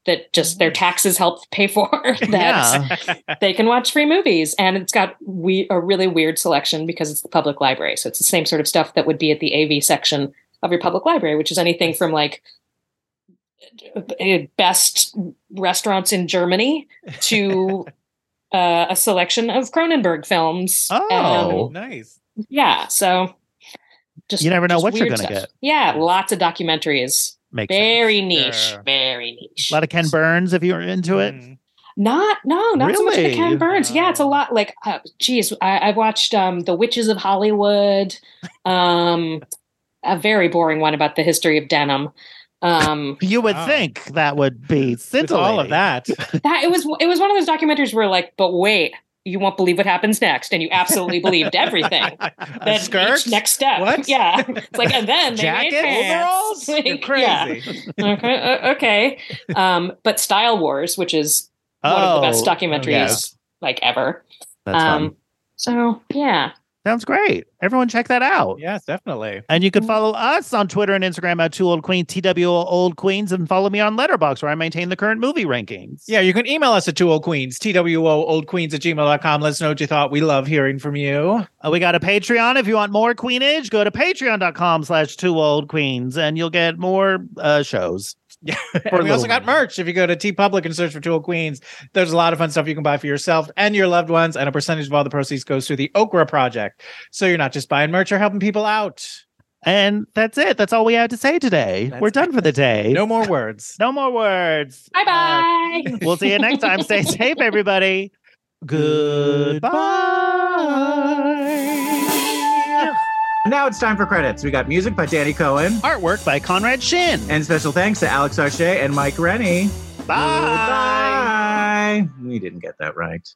Speaker 4: that just their taxes help pay for that
Speaker 2: yeah.
Speaker 4: they can watch free movies and it's got we a really weird selection because it's the public library so it's the same sort of stuff that would be at the av section of your public library which is anything from like eh, best restaurants in germany to uh, a selection of cronenberg films
Speaker 2: Oh.
Speaker 1: nice.
Speaker 4: And, yeah so just
Speaker 2: You never know
Speaker 4: just
Speaker 2: what you're
Speaker 4: weird
Speaker 2: gonna
Speaker 4: stuff.
Speaker 2: get.
Speaker 4: yeah lots of documentaries
Speaker 2: Makes
Speaker 4: very
Speaker 2: sense.
Speaker 4: niche
Speaker 1: Sure.
Speaker 4: very niche
Speaker 2: A lot of Ken Burns, if you're into it.
Speaker 1: Mm.
Speaker 4: Not no, not so much the
Speaker 2: Really?
Speaker 4: Ken Burns. Yeah, it's a
Speaker 1: No.
Speaker 4: lot. Like, uh, geez, I, I watched um, the Witches of Hollywood, um, a very boring one about the history of denim. Um,
Speaker 2: You would
Speaker 1: Wow.
Speaker 2: think that would be
Speaker 1: With
Speaker 2: scintillating.
Speaker 1: all of that.
Speaker 4: that it was it was one of those documentaries where like, but wait, you won't believe what happens next, and you absolutely believed everything.
Speaker 1: a
Speaker 4: Then
Speaker 1: skirt?
Speaker 4: each next step,
Speaker 1: What?
Speaker 4: yeah, it's like, and then they made
Speaker 1: Jacket? Overalls?
Speaker 4: pants.
Speaker 1: You're
Speaker 4: Like, yeah.
Speaker 1: crazy.
Speaker 4: okay, uh, okay. Um, but Style Wars, which is one of the best Um,
Speaker 2: Oh,
Speaker 4: documentaries
Speaker 2: yes.
Speaker 4: like ever.
Speaker 2: That's fun.
Speaker 4: So yeah,
Speaker 2: Sounds great. Everyone check that out.
Speaker 1: Yes, definitely.
Speaker 2: And you can follow us on Twitter and Instagram at Two Old Queens, TWO Old Queens, and follow me on Letterbox where I maintain the current movie rankings.
Speaker 1: Yeah, you can email us at two old queens, TWO old queens at gmail.com. Let us know what you thought. We love hearing from you.
Speaker 2: Uh, we got a Patreon. If you want more Queenage, go to patreon.com slash two old queens and you'll get more uh, shows.
Speaker 1: And we also
Speaker 2: little
Speaker 1: got
Speaker 2: money.
Speaker 1: merch. If you go to T Public and search for Two Old Queens, there's a lot of fun stuff you can buy for yourself and your loved ones, and a percentage of all the proceeds goes to the Okra Project. So you're not just buying merch, you're helping people out.
Speaker 2: And that's it. That's all we had to say today.
Speaker 1: That's
Speaker 2: We're done for the day.
Speaker 1: No more words.
Speaker 2: no more words.
Speaker 4: bye bye.
Speaker 2: Uh, we'll see you next time. Stay safe, everybody. Goodbye.
Speaker 7: Now it's time for credits. We got music by Danny Cohen
Speaker 2: Artwork by Conrad Shin.
Speaker 7: and special thanks to Alex Arche and Mike Rennie.
Speaker 2: Bye.
Speaker 7: Bye. We didn't get that right.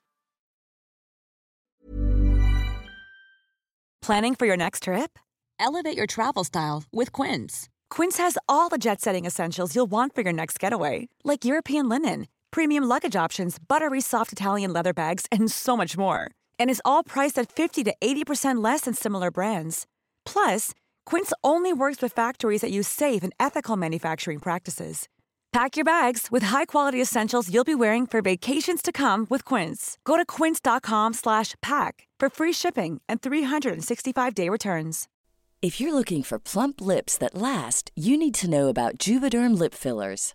Speaker 8: Planning for your next trip? Elevate your travel style with Quince. Quince has all the jet setting essentials you'll want for your next getaway, like European linen, premium luggage options, buttery soft Italian leather bags, and so much more. And is all priced at 50 to 80% less than similar brands. Plus, Quince only works with factories that use safe and ethical manufacturing practices. Pack your bags with high-quality essentials you'll be wearing for vacations to come with Quince. Go to quince.com slash pack for free shipping and 365-day returns.
Speaker 5: If you're looking for plump lips that last, you need to know about Juvederm lip fillers.